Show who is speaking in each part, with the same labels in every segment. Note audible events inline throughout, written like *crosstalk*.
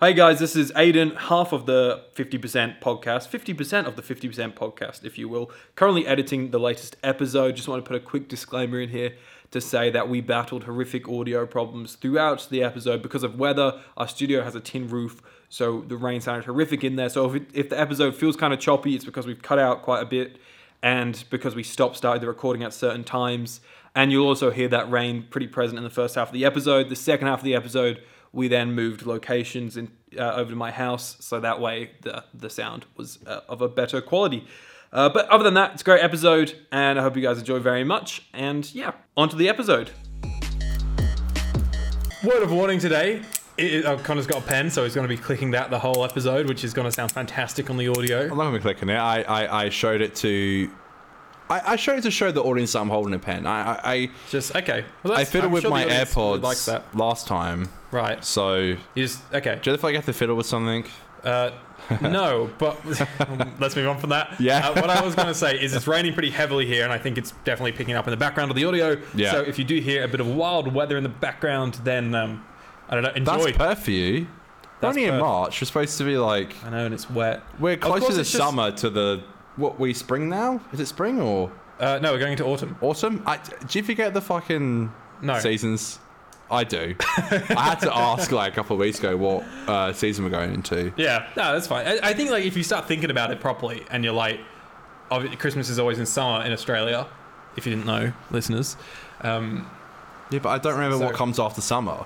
Speaker 1: Hey guys, this is Aiden, half of the 50% podcast, 50% of the 50% podcast, if you will. Currently editing the latest episode. Just want to put a quick disclaimer in here to say that we battled horrific audio problems throughout the episode because of weather. Our studio has a tin roof, so the rain sounded horrific in there. So if, it, if the episode feels kind of choppy, it's because we've cut out quite a bit and because we stopped started the recording at certain times. And you'll also hear that rain pretty present in the first half of the episode. The second half of the episode, we then moved locations in, uh, over to my house, so that way the the sound was uh, of a better quality. Uh, but other than that, it's a great episode, and I hope you guys enjoy very much. And yeah, onto the episode.
Speaker 2: Word of warning today. It, oh, Connor's got a pen, so he's going to be clicking that the whole episode, which is going to sound fantastic on the audio.
Speaker 3: I'm not gonna click on it. I, I, I showed it to. I, I showed it to show the audience that I'm holding a pen. I I, I,
Speaker 2: Just okay. Well,
Speaker 3: I
Speaker 2: that's-
Speaker 3: fiddled
Speaker 2: I'm
Speaker 3: with
Speaker 2: sure the
Speaker 3: my
Speaker 2: audience would
Speaker 3: AirPods
Speaker 2: Like that,
Speaker 3: last time,
Speaker 2: right?
Speaker 3: so
Speaker 2: You just okay.
Speaker 3: do you if I get to fiddle with something?
Speaker 2: Uh,
Speaker 3: *laughs*
Speaker 2: no, but *laughs* let's move on from that.
Speaker 3: Yeah.
Speaker 2: Uh, what I was going to say is it's raining pretty heavily here, and I think it's definitely picking up in the background of the audio.
Speaker 3: Yeah.
Speaker 2: So if you do hear a bit of wild weather in the background, then um, I don't know.
Speaker 3: That's
Speaker 2: Enjoy.
Speaker 3: perfect for you.
Speaker 2: That's
Speaker 3: Only in
Speaker 2: Perth.
Speaker 3: March, we're supposed to be like
Speaker 2: I know, and it's wet.
Speaker 3: we're close to
Speaker 2: course
Speaker 3: the
Speaker 2: it's just-
Speaker 3: summer to the what we spring now. Is it spring or
Speaker 2: Uh, no, we're going into autumn.
Speaker 3: autumn? I, do you forget the fucking
Speaker 2: No.
Speaker 3: seasons? I do. I had to ask like a couple of weeks ago what uh, season we're going into.
Speaker 2: Yeah, no, that's fine. I, I think like if you start thinking about it properly, and you're like, obvi- Christmas is always in summer in Australia. If you didn't know, listeners. Um,
Speaker 3: Yeah, but I don't remember what
Speaker 2: So-
Speaker 3: comes after summer.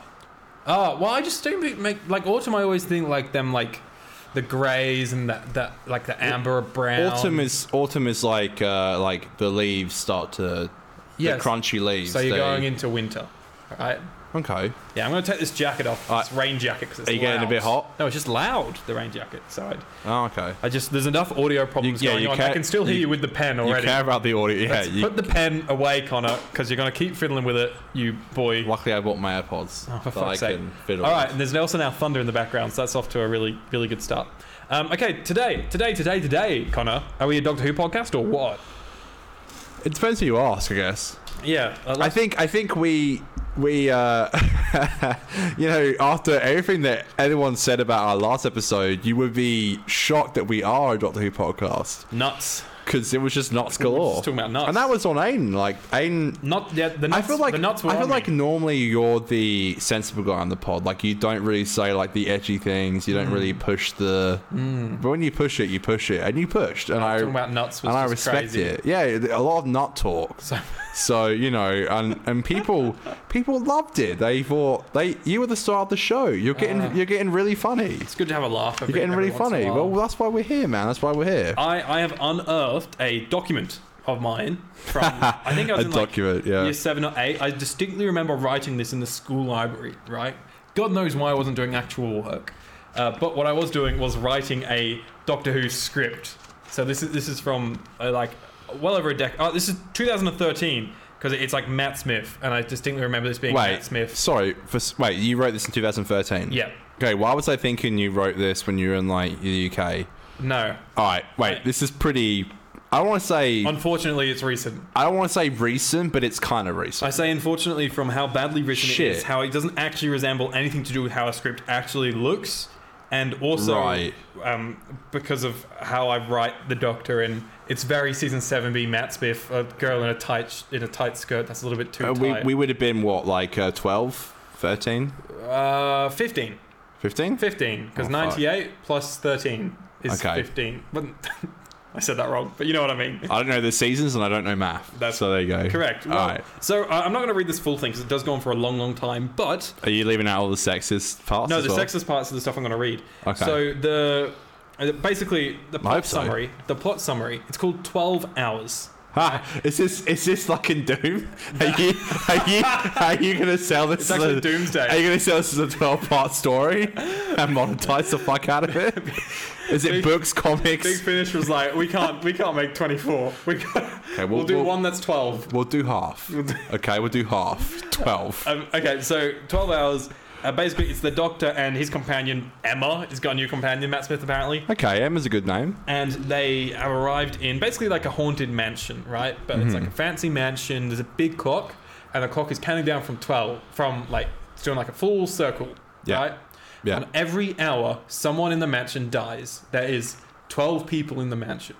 Speaker 2: oh well, I just don't think- make like autumn. I always think like them like the greys and that that like the amber brown.
Speaker 3: Autumn is autumn is like uh, like the leaves start to
Speaker 2: Yes.
Speaker 3: the crunchy leaves.
Speaker 2: So you're
Speaker 3: they-
Speaker 2: going into winter, all right?
Speaker 3: okay.
Speaker 2: Yeah, I'm gonna take this jacket off.
Speaker 3: All
Speaker 2: This rain jacket because it's
Speaker 3: Are you getting a
Speaker 2: loud.
Speaker 3: bit hot?
Speaker 2: No, it's just loud. The rain jacket. So I,
Speaker 3: Oh, okay.
Speaker 2: I just there's enough audio problems
Speaker 3: yeah,
Speaker 2: going
Speaker 3: you
Speaker 2: on. I
Speaker 3: can't-
Speaker 2: can still hear
Speaker 3: you-
Speaker 2: you, with the pen
Speaker 3: You
Speaker 2: already.
Speaker 3: care about the audio, yeah.
Speaker 2: Let's
Speaker 3: You,
Speaker 2: put the pen away, Connor, because you're gonna keep fiddling with it, you boy.
Speaker 3: luckily, I bought my AirPods
Speaker 2: Oh, for
Speaker 3: that I
Speaker 2: fuck's sake.
Speaker 3: can fiddle.
Speaker 2: All right,
Speaker 3: with.
Speaker 2: and there's also now thunder in the background, so that's off to a really, really good start. Um, okay, today, today, today, today, Connor, are we a Doctor Who podcast or what?
Speaker 3: It depends who you ask, I guess.
Speaker 2: Yeah, uh,
Speaker 3: I think I think we we uh, *laughs* you know after everything that anyone said about our last episode, you would be shocked that we are a Doctor Who podcast
Speaker 2: nuts.
Speaker 3: because it was just nuts galore.
Speaker 2: talking about nuts.
Speaker 3: and that was on Aiden. Like Aiden
Speaker 2: Not yeah, the
Speaker 3: I
Speaker 2: nuts.
Speaker 3: feel like
Speaker 2: the nuts were
Speaker 3: I feel
Speaker 2: on
Speaker 3: like
Speaker 2: me.
Speaker 3: normally you're the sensible guy on the pod. Like you don't really say like the edgy things. You don't really
Speaker 2: Mm.
Speaker 3: push the. But when you push it, you push it, and you pushed, and I
Speaker 2: talking about nuts was
Speaker 3: and I
Speaker 2: just
Speaker 3: respect
Speaker 2: crazy.
Speaker 3: it. Yeah, a lot of nut talk. So, you know, and and people people loved it. They thought they you were the star of the show. You're getting
Speaker 2: Uh.
Speaker 3: you're getting really funny.
Speaker 2: It's good to have a laugh. Every,
Speaker 3: You're getting
Speaker 2: every
Speaker 3: really
Speaker 2: once in a
Speaker 3: funny.
Speaker 2: while.
Speaker 3: Well, that's why we're here, man. That's why we're here.
Speaker 2: I, I have unearthed a document of mine
Speaker 3: *laughs*
Speaker 2: from I think I was
Speaker 3: A
Speaker 2: in
Speaker 3: document,
Speaker 2: like
Speaker 3: yeah.
Speaker 2: year seven or eight. I distinctly remember writing this in the school library, right? God knows why I wasn't doing actual work, uh, but what I was doing was writing a Doctor Who script. So this is this is from uh, like well over a decade. Oh, this is 2013 because it's like Matt Smith, and I distinctly remember this being
Speaker 3: Wait,
Speaker 2: Matt Smith.
Speaker 3: sorry. For, s- wait, you wrote this in 2013.
Speaker 2: Yeah.
Speaker 3: Okay, why was I thinking you wrote this when you were in like the UK?
Speaker 2: No,
Speaker 3: All right, wait.
Speaker 2: Right.
Speaker 3: This is pretty. I don't want to say.
Speaker 2: unfortunately, it's recent.
Speaker 3: I don't want to say recent, but it's kind of
Speaker 2: I
Speaker 3: recent.
Speaker 2: say unfortunately from how badly written
Speaker 3: Shit.
Speaker 2: it is, how it doesn't actually resemble anything to do with how a script actually looks, and also
Speaker 3: Right.
Speaker 2: um, because of how I write the Doctor and it's very season seven B Matt Smith, a girl in a tight sh- in a tight skirt that's a little bit too
Speaker 3: Uh, we
Speaker 2: tight.
Speaker 3: we would have been what like uh, 12, 13,
Speaker 2: uh, 15.
Speaker 3: 15?
Speaker 2: 15, because
Speaker 3: Oh, fuck.
Speaker 2: 98 plus 13 is
Speaker 3: Okay.
Speaker 2: 15. But *laughs* I said that wrong, but you know what I mean.
Speaker 3: I don't know the seasons and I don't know math.
Speaker 2: That's
Speaker 3: so there you go.
Speaker 2: Correct.
Speaker 3: All
Speaker 2: Well,
Speaker 3: right.
Speaker 2: So uh, I'm not going to read this full thing because it does go on for a long, long time, but.
Speaker 3: Are you leaving out all the sexist parts?
Speaker 2: No,
Speaker 3: as
Speaker 2: the
Speaker 3: well? *laughs*
Speaker 2: sexist parts of the stuff I'm going to read.
Speaker 3: Okay.
Speaker 2: So the uh, basically the plot
Speaker 3: hope so.
Speaker 2: summary. The plot summary. It's called Twelve Hours.
Speaker 3: Ha, Ah, is this is this like in Doom? Are you are you are you gonna sell this?
Speaker 2: It's actually
Speaker 3: as a-
Speaker 2: Doomsday.
Speaker 3: Are you gonna sell this as a twelve part story and monetize the fuck out
Speaker 2: *laughs*
Speaker 3: of it? Is it
Speaker 2: Big-
Speaker 3: books,
Speaker 2: Big
Speaker 3: comics?
Speaker 2: Finish was like, we can't, we can't make 24. We got,
Speaker 3: we'll-
Speaker 2: we'll, do
Speaker 3: we'll-
Speaker 2: one that's 12.
Speaker 3: We'll do half. Okay, we'll do half. Twelve.
Speaker 2: Um, okay, so 12 Hours. Uh, basically, it's the Doctor and his companion Emma. He's got a new companion, Matt Smith, apparently.
Speaker 3: Okay, Emma's a good name.
Speaker 2: and they have arrived in basically like a haunted mansion, right? But it's like a fancy mansion. There's a big clock, and the clock is counting down from twelve, from like it's doing like a full circle,
Speaker 3: Yeah.
Speaker 2: right?
Speaker 3: Yeah.
Speaker 2: On every hour, someone in the mansion dies. There is 12 people in the mansion.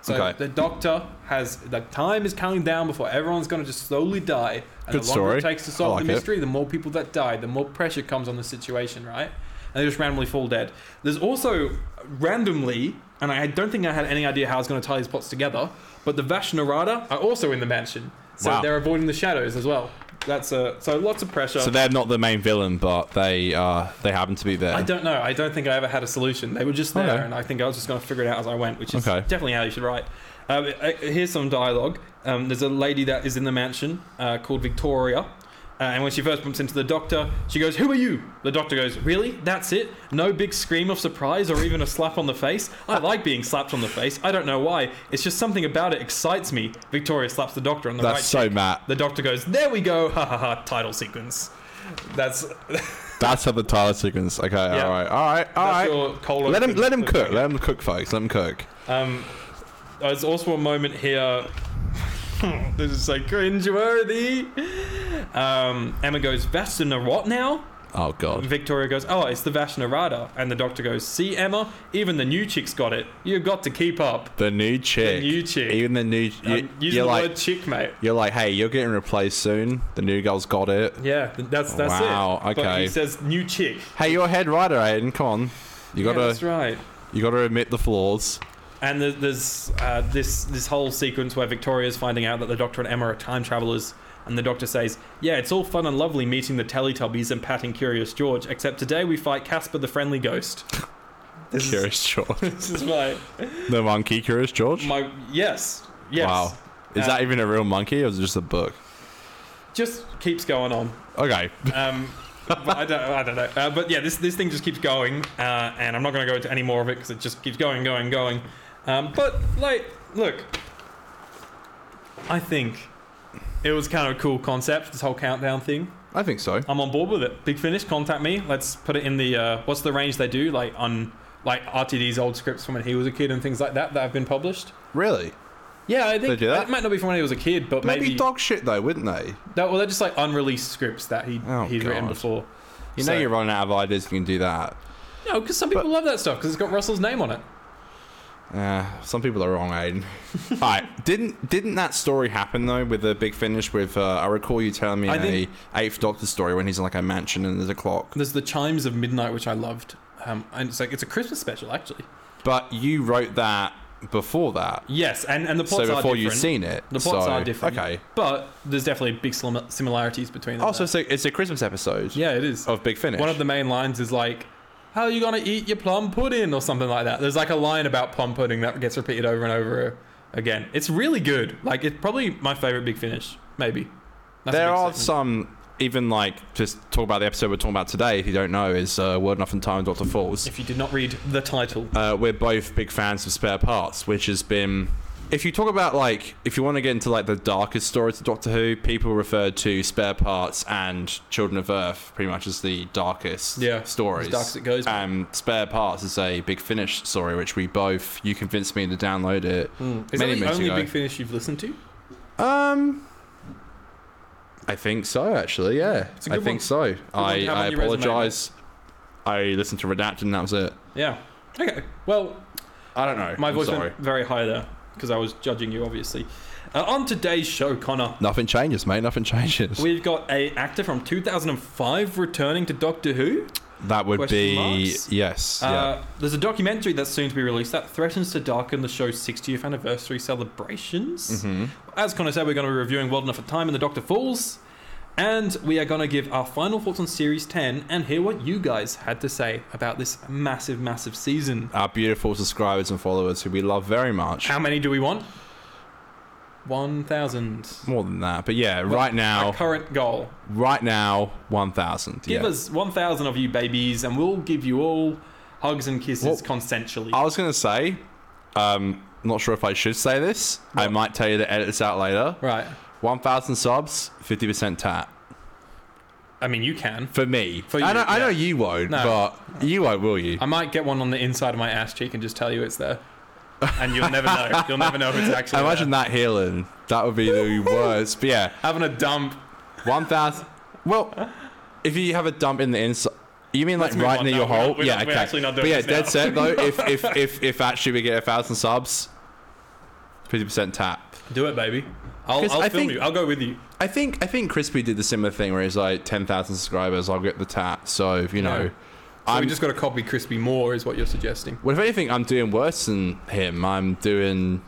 Speaker 2: So
Speaker 3: Okay.
Speaker 2: the doctor has the time is counting down before everyone's going to just slowly die. And
Speaker 3: Good
Speaker 2: the longer
Speaker 3: story.
Speaker 2: it takes to
Speaker 3: I
Speaker 2: solve
Speaker 3: like
Speaker 2: the
Speaker 3: it.
Speaker 2: mystery, the more people that die, the more pressure comes on the situation, right? And they just randomly fall dead. There's also randomly, and I don't think I had any idea how I was going to tie these plots together, but the Vashnarada are also in the mansion. So
Speaker 3: Wow.
Speaker 2: they're avoiding the shadows as well. That's uh, so lots of pressure.
Speaker 3: So they're not the main villain, but they uh, they happen to be there.
Speaker 2: I don't know. I don't think I ever had a solution. They were just there,
Speaker 3: Okay.
Speaker 2: and I think I was just going to figure it out as I went, which is
Speaker 3: Okay.
Speaker 2: definitely how you should write. Um, uh, here's some dialogue. Um, there's a lady that is in the mansion uh, called Victoria. Uh, and when she first bumps into the doctor, she goes, Who are you? The doctor goes, Really? That's it? No big scream of surprise or even a slap on the face? I like being slapped on the face. I don't know why. It's just something about it excites me. Victoria slaps the doctor on the
Speaker 3: That's
Speaker 2: right
Speaker 3: so
Speaker 2: cheek.
Speaker 3: Matt.
Speaker 2: The doctor goes, There we go. Ha ha ha. Title sequence. That's,
Speaker 3: That's how the title sequence. Okay, all right, all right, all
Speaker 2: that's
Speaker 3: right.
Speaker 2: your colon.
Speaker 3: Let him let him cook.
Speaker 2: Okay.
Speaker 3: Let him cook, folks. Let him cook.
Speaker 2: Um, there's also a moment here. *laughs* this is so cringeworthy. Um, Emma goes, Vashna what now?
Speaker 3: Oh god.
Speaker 2: Victoria goes, Oh, it's the Vashna Rada. And the doctor goes, See, Emma, even the new chick's got it. You've got to keep up.
Speaker 3: The new chick.
Speaker 2: new chick.
Speaker 3: Even the new. You,
Speaker 2: Um, using
Speaker 3: you're
Speaker 2: the
Speaker 3: like
Speaker 2: word chick, mate.
Speaker 3: you're like, hey, you're getting replaced soon. The new girl's got it.
Speaker 2: Yeah, th- that's that's it.
Speaker 3: Wow,
Speaker 2: But
Speaker 3: okay.
Speaker 2: he says new chick.
Speaker 3: Hey, you're a head writer, Aiden. Come on. You
Speaker 2: Yeah,
Speaker 3: gotta
Speaker 2: that's right.
Speaker 3: you gotta admit the flaws.
Speaker 2: And there- there's uh, this this whole sequence where Victoria's finding out that the Doctor and Emma are time travelers, and the Doctor says, "Yeah, it's all fun and lovely meeting the Teletubbies and patting Curious George, except today we fight Casper the Friendly Ghost." *laughs* This is-
Speaker 3: Curious George. *laughs*
Speaker 2: This is my
Speaker 3: the monkey, Curious George.
Speaker 2: my yes yes.
Speaker 3: Wow. Is
Speaker 2: Uh,
Speaker 3: that even a real monkey or is it just a book?
Speaker 2: Just keeps going on.
Speaker 3: Okay.
Speaker 2: Um, but I don't, I don't know. Uh, but yeah, this this thing just keeps going, uh, and I'm not going to go into any more of it because it just keeps going, going, going. Um, but like, look, I think it was kind of a cool concept. This whole countdown thing.
Speaker 3: I think so.
Speaker 2: I'm on board with it. Big Finish, contact me. Let's put it in the uh, what's the range they do like on like RTD's old scripts from when he was a kid and things like that that have been published.
Speaker 3: Really?
Speaker 2: Yeah, I think
Speaker 3: They do that?
Speaker 2: it might not be from when he was a kid, but
Speaker 3: Maybe
Speaker 2: maybe
Speaker 3: dog shit though, wouldn't they?
Speaker 2: that, well, they're just like unreleased scripts that he
Speaker 3: Oh,
Speaker 2: he's written
Speaker 3: God.
Speaker 2: before.
Speaker 3: You
Speaker 2: So-
Speaker 3: know you're running out of ideas. if You can do that.
Speaker 2: No, because some people
Speaker 3: But-
Speaker 2: love that stuff because it's got Russell's name on it.
Speaker 3: Uh, some people are wrong,
Speaker 2: *laughs*
Speaker 3: Aiden. All right, didn't didn't that story happen though with the big finish? With uh, I recall you telling me
Speaker 2: I
Speaker 3: a
Speaker 2: think-
Speaker 3: Eighth Doctor story when he's in like a mansion and there's a clock.
Speaker 2: There's the chimes of midnight, which I loved, um, and it's like it's a Christmas special actually.
Speaker 3: But you wrote that before that,
Speaker 2: Yes, and and the plots
Speaker 3: so
Speaker 2: are
Speaker 3: before
Speaker 2: different.
Speaker 3: you've seen it.
Speaker 2: the plots
Speaker 3: so-
Speaker 2: are different.
Speaker 3: Okay.
Speaker 2: but there's definitely big slim- similarities between them.
Speaker 3: Also, so Oh, it's a Christmas episode.
Speaker 2: yeah, it is.
Speaker 3: Of Big Finish.
Speaker 2: One of the main lines is like, "How are you gonna eat your plum pudding?" or something like that. There's like a line about plum pudding that gets repeated over and over again. It's really good. Like it's probably my favorite Big Finish, maybe. That's a
Speaker 3: there
Speaker 2: big
Speaker 3: are
Speaker 2: statement.
Speaker 3: some even like just talk about the episode we're talking about today. If you don't know, is uh, Word Enough in Time, Doctor Falls.
Speaker 2: If you did not read the title,
Speaker 3: uh, we're both big fans of Spare Parts, which has been. If you talk about like, if you want to get into like the darkest stories of Doctor Who, people refer to Spare Parts and Children of Earth pretty much as the darkest
Speaker 2: Yeah,
Speaker 3: stories.
Speaker 2: as dark as it goes.
Speaker 3: And Spare Parts is a big finish story, which we both you convinced me to download
Speaker 2: is
Speaker 3: it Hmm. many
Speaker 2: that the
Speaker 3: minutes
Speaker 2: only
Speaker 3: ago.
Speaker 2: Big Finish you've listened to?
Speaker 3: um, I think so. Actually, yeah,
Speaker 2: It's a
Speaker 3: I
Speaker 2: good
Speaker 3: think
Speaker 2: one.
Speaker 3: so.
Speaker 2: one
Speaker 3: I
Speaker 2: to have
Speaker 3: I
Speaker 2: on your resume, mate.
Speaker 3: apologize. I listened to Redacted and that was it.
Speaker 2: Yeah. Okay. Well,
Speaker 3: I don't know.
Speaker 2: My
Speaker 3: I'm
Speaker 2: voice
Speaker 3: sorry.
Speaker 2: went very high there because I was judging you, obviously. Uh, on today's show, Connor,
Speaker 3: Nothing changes, mate. Nothing changes.
Speaker 2: we've got a actor from 2005 returning to Doctor Who.
Speaker 3: That would
Speaker 2: Question
Speaker 3: be
Speaker 2: marks?
Speaker 3: yes.
Speaker 2: Uh, there's a documentary that's soon to be released that threatens to darken the show's 60th anniversary celebrations.
Speaker 3: Mm-hmm.
Speaker 2: As Connor said, we're going to be reviewing World Enough at Time and The Doctor Falls. And we are going to give our final thoughts on Series 10 and hear what you guys had to say about this massive, massive season.
Speaker 3: yeah. Our beautiful subscribers and followers who we love very much.
Speaker 2: How many do we want? 1,000.
Speaker 3: More than that, but yeah, right now,
Speaker 2: Our current goal.
Speaker 3: right now, one thousand.
Speaker 2: Give
Speaker 3: yeah.
Speaker 2: us 1,000 of you babies, and we'll give you all hugs and kisses
Speaker 3: Well,
Speaker 2: consensually.
Speaker 3: I was gonna say, um, not sure if I should say this. I might tell you to edit this out later.
Speaker 2: right.
Speaker 3: One thousand subs, fifty percent tat
Speaker 2: I mean, you can.
Speaker 3: for me.
Speaker 2: For you,
Speaker 3: I know, I
Speaker 2: yeah.
Speaker 3: know you won't,
Speaker 2: No.
Speaker 3: but you won't, will you?
Speaker 2: I might get one on the inside of my ass cheek and just tell you it's there. And you'll never
Speaker 3: *laughs*
Speaker 2: know. You'll never know if it's actually.
Speaker 3: I imagine
Speaker 2: there.
Speaker 3: that healing. That would
Speaker 2: *laughs*
Speaker 3: be the worst. But yeah,
Speaker 2: Having a dump.
Speaker 3: one thousand. Well, if you have a dump in the inside. You mean like
Speaker 2: move
Speaker 3: right
Speaker 2: on.
Speaker 3: near
Speaker 2: No,
Speaker 3: your
Speaker 2: we're not-
Speaker 3: hole?
Speaker 2: we're
Speaker 3: yeah,
Speaker 2: not-
Speaker 3: okay.
Speaker 2: we're actually not doing
Speaker 3: but yeah,
Speaker 2: this now.
Speaker 3: dead set though. if
Speaker 2: *laughs*
Speaker 3: if if if actually we get a thousand subs, fifty percent tap.
Speaker 2: Do it, baby. I'll, I'll
Speaker 3: 'Cause
Speaker 2: film
Speaker 3: I think-
Speaker 2: you. I'll go with you.
Speaker 3: I think I think Crispy did the similar thing where he's like ten thousand subscribers, I'll get the tap. So you know,
Speaker 2: Yeah. So
Speaker 3: I'm
Speaker 2: we just got to copy Crispy more, is what you're suggesting.
Speaker 3: Well, if anything, I'm doing worse than him. I'm doing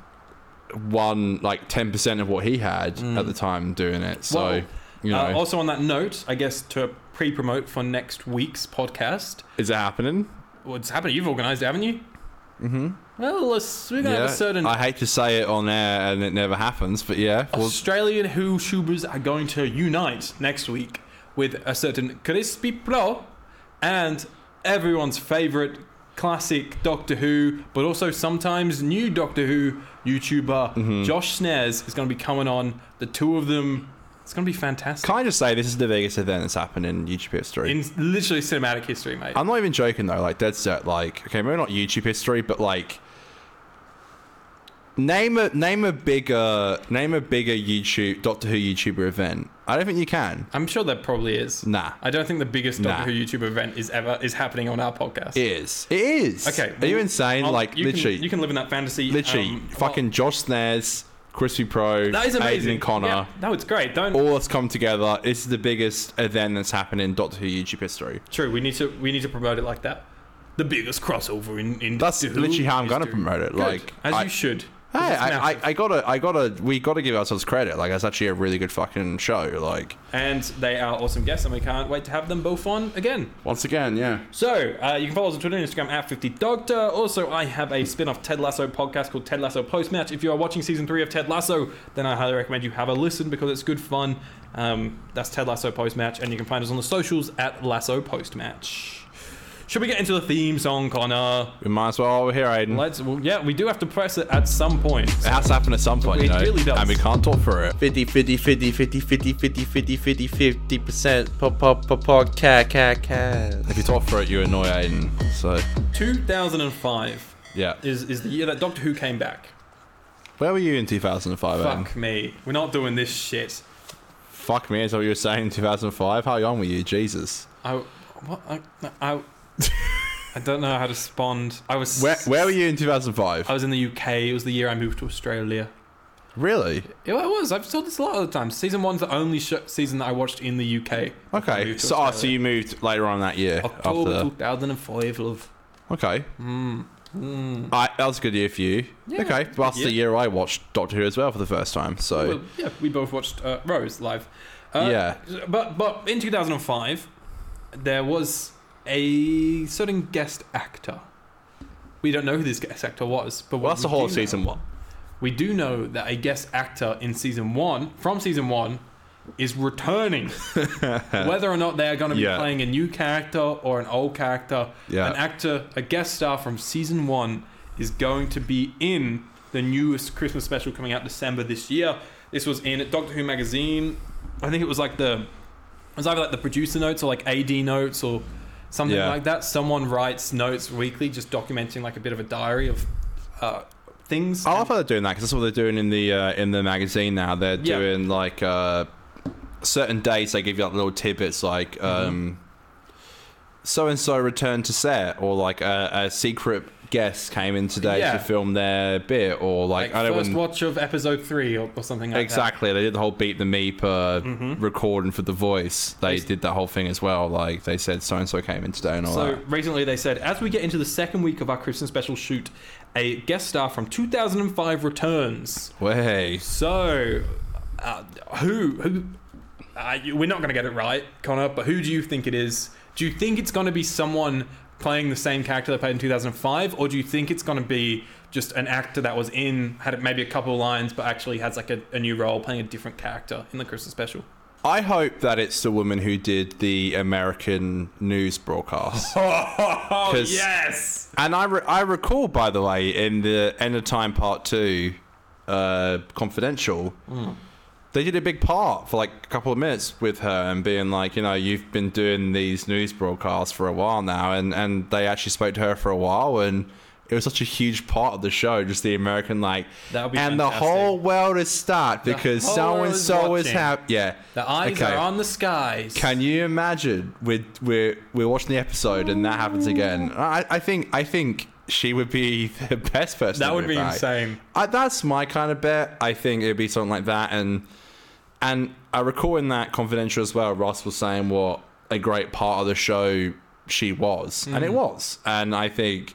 Speaker 3: one like ten percent of what he had at the time doing it. So
Speaker 2: Mm. Well,
Speaker 3: you know,
Speaker 2: Uh, also, on that note, I guess to pre-promote for next week's podcast,
Speaker 3: is it happening?
Speaker 2: what's happening? You've organised, it, haven't you? Mm-hmm. Well, let's, we're gonna have a certain Oh,
Speaker 3: I hate to say it on air, and it never happens. But yeah, well,
Speaker 2: Australian Who Shooters are going to unite next week with a certain Crispy Pro and everyone's favourite classic Doctor Who, but also sometimes new Doctor Who YouTuber
Speaker 3: Mm-hmm.
Speaker 2: Josh Snares is going to be coming on. The two of them, it's going to be fantastic.
Speaker 3: can I just say this is the biggest event that's happened in YouTube history?
Speaker 2: in literally cinematic history, mate.
Speaker 3: I'm not even joking though. Like dead set. Like okay, maybe not YouTube history, but like name a name a bigger name a bigger YouTube Doctor Who YouTuber event. I don't think you can.
Speaker 2: I'm sure there probably is.
Speaker 3: Nah.
Speaker 2: I don't think the biggest
Speaker 3: Mm. Nah.
Speaker 2: Doctor Who YouTube event is ever is happening on our podcast.
Speaker 3: It is. It is.
Speaker 2: Okay.
Speaker 3: Are you
Speaker 2: well,
Speaker 3: insane?
Speaker 2: I'll-
Speaker 3: like
Speaker 2: you
Speaker 3: literally,
Speaker 2: can, you can live in that fantasy.
Speaker 3: literally,
Speaker 2: um,
Speaker 3: fucking Josh Snares, Crispy Pro,
Speaker 2: That is amazing.
Speaker 3: Aiden and Connor.
Speaker 2: Yeah, no, it's great. Don't.
Speaker 3: All that's come together. This is the biggest event that's happened in Doctor Who YouTube history.
Speaker 2: True. We need to. We need to promote it like that. The biggest crossover in. in
Speaker 3: That's
Speaker 2: Doctor Who
Speaker 3: literally how I'm gonna
Speaker 2: history.
Speaker 3: promote it.
Speaker 2: Good.
Speaker 3: Like,
Speaker 2: as
Speaker 3: I-
Speaker 2: you should.
Speaker 3: Hey,
Speaker 2: It's
Speaker 3: I, I,
Speaker 2: massive.
Speaker 3: I gotta, I gotta, we gotta give ourselves credit. Like, that's actually a really good fucking show. Like,
Speaker 2: and they are awesome guests, and we can't wait to have them both on again.
Speaker 3: once again, yeah.
Speaker 2: So uh, you can follow us on Twitter and Instagram at 50Doctor. Also, I have a spin-off Ted Lasso podcast called Ted Lasso Post Match. If you are watching season three of Ted Lasso, then I highly recommend you have a listen because it's good fun. Um, that's Ted Lasso Post Match, and you can find us on the socials at Lasso Post Match. Should we get into the theme song, Connor?
Speaker 3: We might as well. We're here, Aiden.
Speaker 2: Let's. Well, yeah, we do have to press it at some point.
Speaker 3: it has to happen at some point,
Speaker 2: It
Speaker 3: you know,
Speaker 2: really does.
Speaker 3: and we can't talk for it.
Speaker 4: 50 50 50 50 50 50 50 50 50 percent pop pop pop pop cat cat cat
Speaker 3: If you talk for it, you annoy Aiden. So,
Speaker 2: 2005
Speaker 3: yeah.
Speaker 2: is is the year that Doctor Who came back.
Speaker 3: Where were you in 2005, Aiden?
Speaker 2: Fuck me, we're not doing this shit.
Speaker 3: Fuck me, is that what you were saying in 2005? How young were you? Jesus.
Speaker 2: I, what, I, I, I don't know how to respond. I was
Speaker 3: Where, where were you in 2005?
Speaker 2: I was in the UK. It was the year I moved to Australia.
Speaker 3: Really?
Speaker 2: Yeah, I was. I've told this a lot of the time. Season one's the only sh- season that I watched in the UK. before I
Speaker 3: Okay.
Speaker 2: moved to
Speaker 3: So, oh, so
Speaker 2: Australia.
Speaker 3: you moved later on that year.
Speaker 2: October
Speaker 3: after-
Speaker 2: 2005, love.
Speaker 3: Okay.
Speaker 2: Mm. Mm.
Speaker 3: I, that was a good year for you.
Speaker 2: Yeah,
Speaker 3: okay. Well, that's the
Speaker 2: year.
Speaker 3: year I watched Doctor Who as well for the first time. So,
Speaker 2: Well, yeah, we both watched uh, Rose live. Uh,
Speaker 3: yeah.
Speaker 2: But but in 2005, there was a certain guest actor. We don't know who this guest actor was, but
Speaker 3: Well,
Speaker 2: what
Speaker 3: that's the
Speaker 2: we
Speaker 3: whole
Speaker 2: do
Speaker 3: of season
Speaker 2: know-
Speaker 3: one.
Speaker 2: We do know that a guest actor in season one, from season one, is
Speaker 3: *laughs*
Speaker 2: returning. Whether or not they are going to be
Speaker 3: Yeah.
Speaker 2: playing a new character or an old character,
Speaker 3: Yeah.
Speaker 2: an actor, a guest star from season one is going to be in the newest Christmas special coming out December this year. This was in Doctor Who magazine. I think it was like the it was either like the producer notes or like AD notes or something
Speaker 3: Yeah.
Speaker 2: like that. Someone writes notes weekly, just documenting like a bit of a diary of uh, things.
Speaker 3: I love how they're doing that because that's what they're doing in the uh, in the magazine now. They're
Speaker 2: Yeah.
Speaker 3: doing like uh, certain dates. They give you like little tidbits like
Speaker 2: Mm-hmm.
Speaker 3: um, so and so returned to set, or like a, a secret guest came in today
Speaker 2: Yeah.
Speaker 3: to film their bit, or like,
Speaker 2: like,
Speaker 3: I don't
Speaker 2: first
Speaker 3: when,
Speaker 2: watch of episode three or, or something like Mm-hmm.
Speaker 3: exactly. They did the whole beat the meep uh, recording for the voice. They
Speaker 2: Yes.
Speaker 3: did that whole thing as well. Like they said, so and so came in today and all
Speaker 2: So
Speaker 3: that.
Speaker 2: recently they said, as we get into the second week of our Christmas special shoot, a guest star from 2005 returns.
Speaker 3: Way.
Speaker 2: So, uh, who who? Uh, you- we're not going to get it right, Connor. But who do you think it is? Do you think it's going to be someone playing the same character they played in 2005, or do you think it's going to be just an actor that was in had maybe a couple lines, but actually has like a, a new role playing a different character in the Christmas special?
Speaker 3: I hope that it's the woman who did the American news
Speaker 2: *laughs*
Speaker 3: broadcast.
Speaker 2: Oh
Speaker 3: 'Cause-
Speaker 2: yes!
Speaker 3: And I, re- I recall, by the way, in the End of Time Part 2 uh, Confidential,
Speaker 2: Hmm.
Speaker 3: they did a big part for like a couple of minutes with her and being like, you know, you've been doing these news broadcasts for a while now. And, and they actually spoke to her for a while and it was such a huge part of the show, just the American like,
Speaker 2: That would be
Speaker 3: and
Speaker 2: fantastic.
Speaker 3: the whole world is stuck because
Speaker 2: whole
Speaker 3: so
Speaker 2: world
Speaker 3: and
Speaker 2: is
Speaker 3: so is
Speaker 2: watching.
Speaker 3: happy. Yeah,
Speaker 2: The eyes are on the skies.
Speaker 3: Can you imagine? We're we're we're watching the episode and that happens again. I, I think I think she would be *laughs* the best person.
Speaker 2: That
Speaker 3: to
Speaker 2: would
Speaker 3: do it
Speaker 2: be
Speaker 3: by.
Speaker 2: insane.
Speaker 3: I, that's my kind of bet. I think it'd be something like that. And and I recall in that confidential as well, Ross was saying what a great part of the show she was, and
Speaker 2: Mm.
Speaker 3: it was. And I think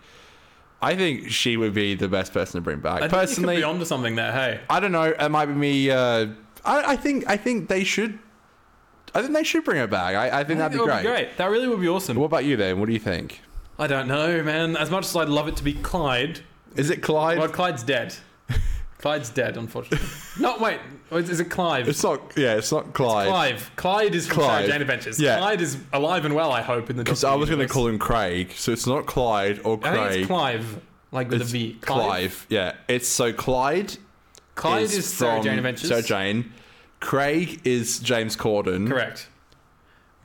Speaker 3: I think she would be the best person to bring back.
Speaker 2: I think
Speaker 3: Personally,
Speaker 2: you could be onto something there. Hey,
Speaker 3: I don't know. It might be me. Uh, I, I think I think they should. I think they should bring it back. I, I think that'd
Speaker 2: that
Speaker 3: be
Speaker 2: would
Speaker 3: great.
Speaker 2: be great. That really would be awesome.
Speaker 3: What about you then? What do you think?
Speaker 2: I don't know, man. As much as I'd love it to be Clyde,
Speaker 3: Is it Clyde?
Speaker 2: well, Clyde's
Speaker 3: *laughs*
Speaker 2: dead. Clyde's dead, unfortunately. no, wait. Is is it Clive?
Speaker 3: it's not. Yeah, it's not Clyde.
Speaker 2: Clive. Clyde is from
Speaker 3: Clyde.
Speaker 2: Sarah Jane Adventures.
Speaker 3: Yeah.
Speaker 2: Clyde is alive and well, I hope, in the
Speaker 3: Because
Speaker 2: Doctor
Speaker 3: I was going to
Speaker 2: universe.
Speaker 3: call him Craig, so it's not Clyde or
Speaker 2: I
Speaker 3: Craig.
Speaker 2: think it's Clive, like with a
Speaker 3: It's
Speaker 2: V.
Speaker 3: Clive. Yeah, it's so Clyde.
Speaker 2: Clyde is, Sarah
Speaker 3: from
Speaker 2: Jane Adventures.
Speaker 3: Sarah Jane. Craig is James Corden.
Speaker 2: Correct.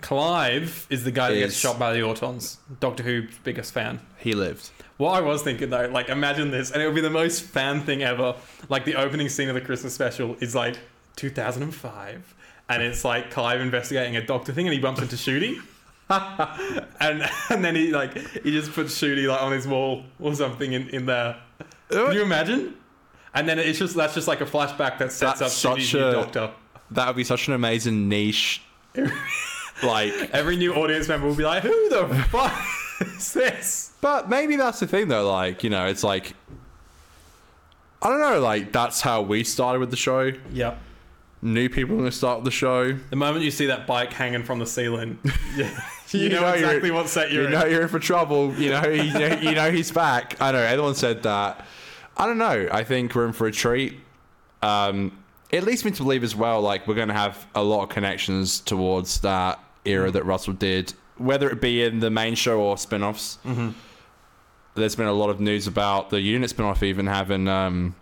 Speaker 2: Clive is the guy that gets
Speaker 3: Is-
Speaker 2: shot by the Autons. Doctor Who's biggest fan.
Speaker 3: He lived.
Speaker 2: What I was thinking though, like imagine this, and it would be the most fan thing ever. Like the opening scene of the Christmas special is like 2005, and it's like Clive investigating a doctor thing, and he bumps into Shooty, *laughs* and and then he like he just puts Shooty like on his wall or something in in there. Can you imagine? And then it's just that's just like a flashback that sets
Speaker 3: That's
Speaker 2: up Shooty's
Speaker 3: such
Speaker 2: new
Speaker 3: a-
Speaker 2: doctor.
Speaker 3: That would be such an
Speaker 2: *laughs*
Speaker 3: amazing niche. like,
Speaker 2: Every new audience member will be like, "Who the *laughs* fuck is this?"
Speaker 3: but maybe that's the thing though. Like, you know, it's like. I don't know, like, that's how we started with the show.
Speaker 2: Yep.
Speaker 3: New people are going to start with the show.
Speaker 2: The moment you see that bike hanging from the ceiling, *laughs* you,
Speaker 3: You
Speaker 2: know,
Speaker 3: know you're-
Speaker 2: exactly what set you're
Speaker 3: you know
Speaker 2: in.
Speaker 3: you're in for trouble. You know, you know, you know he's back. I know everyone said that. I don't know. I think we're in for a treat. Um, it leads me to believe as well. Like we're going to have a lot of connections towards that era that Russell did, whether it be in the main show or spin-offs.
Speaker 2: Mm-hmm.
Speaker 3: There's been a lot of news about the unit spin-off even having. Um,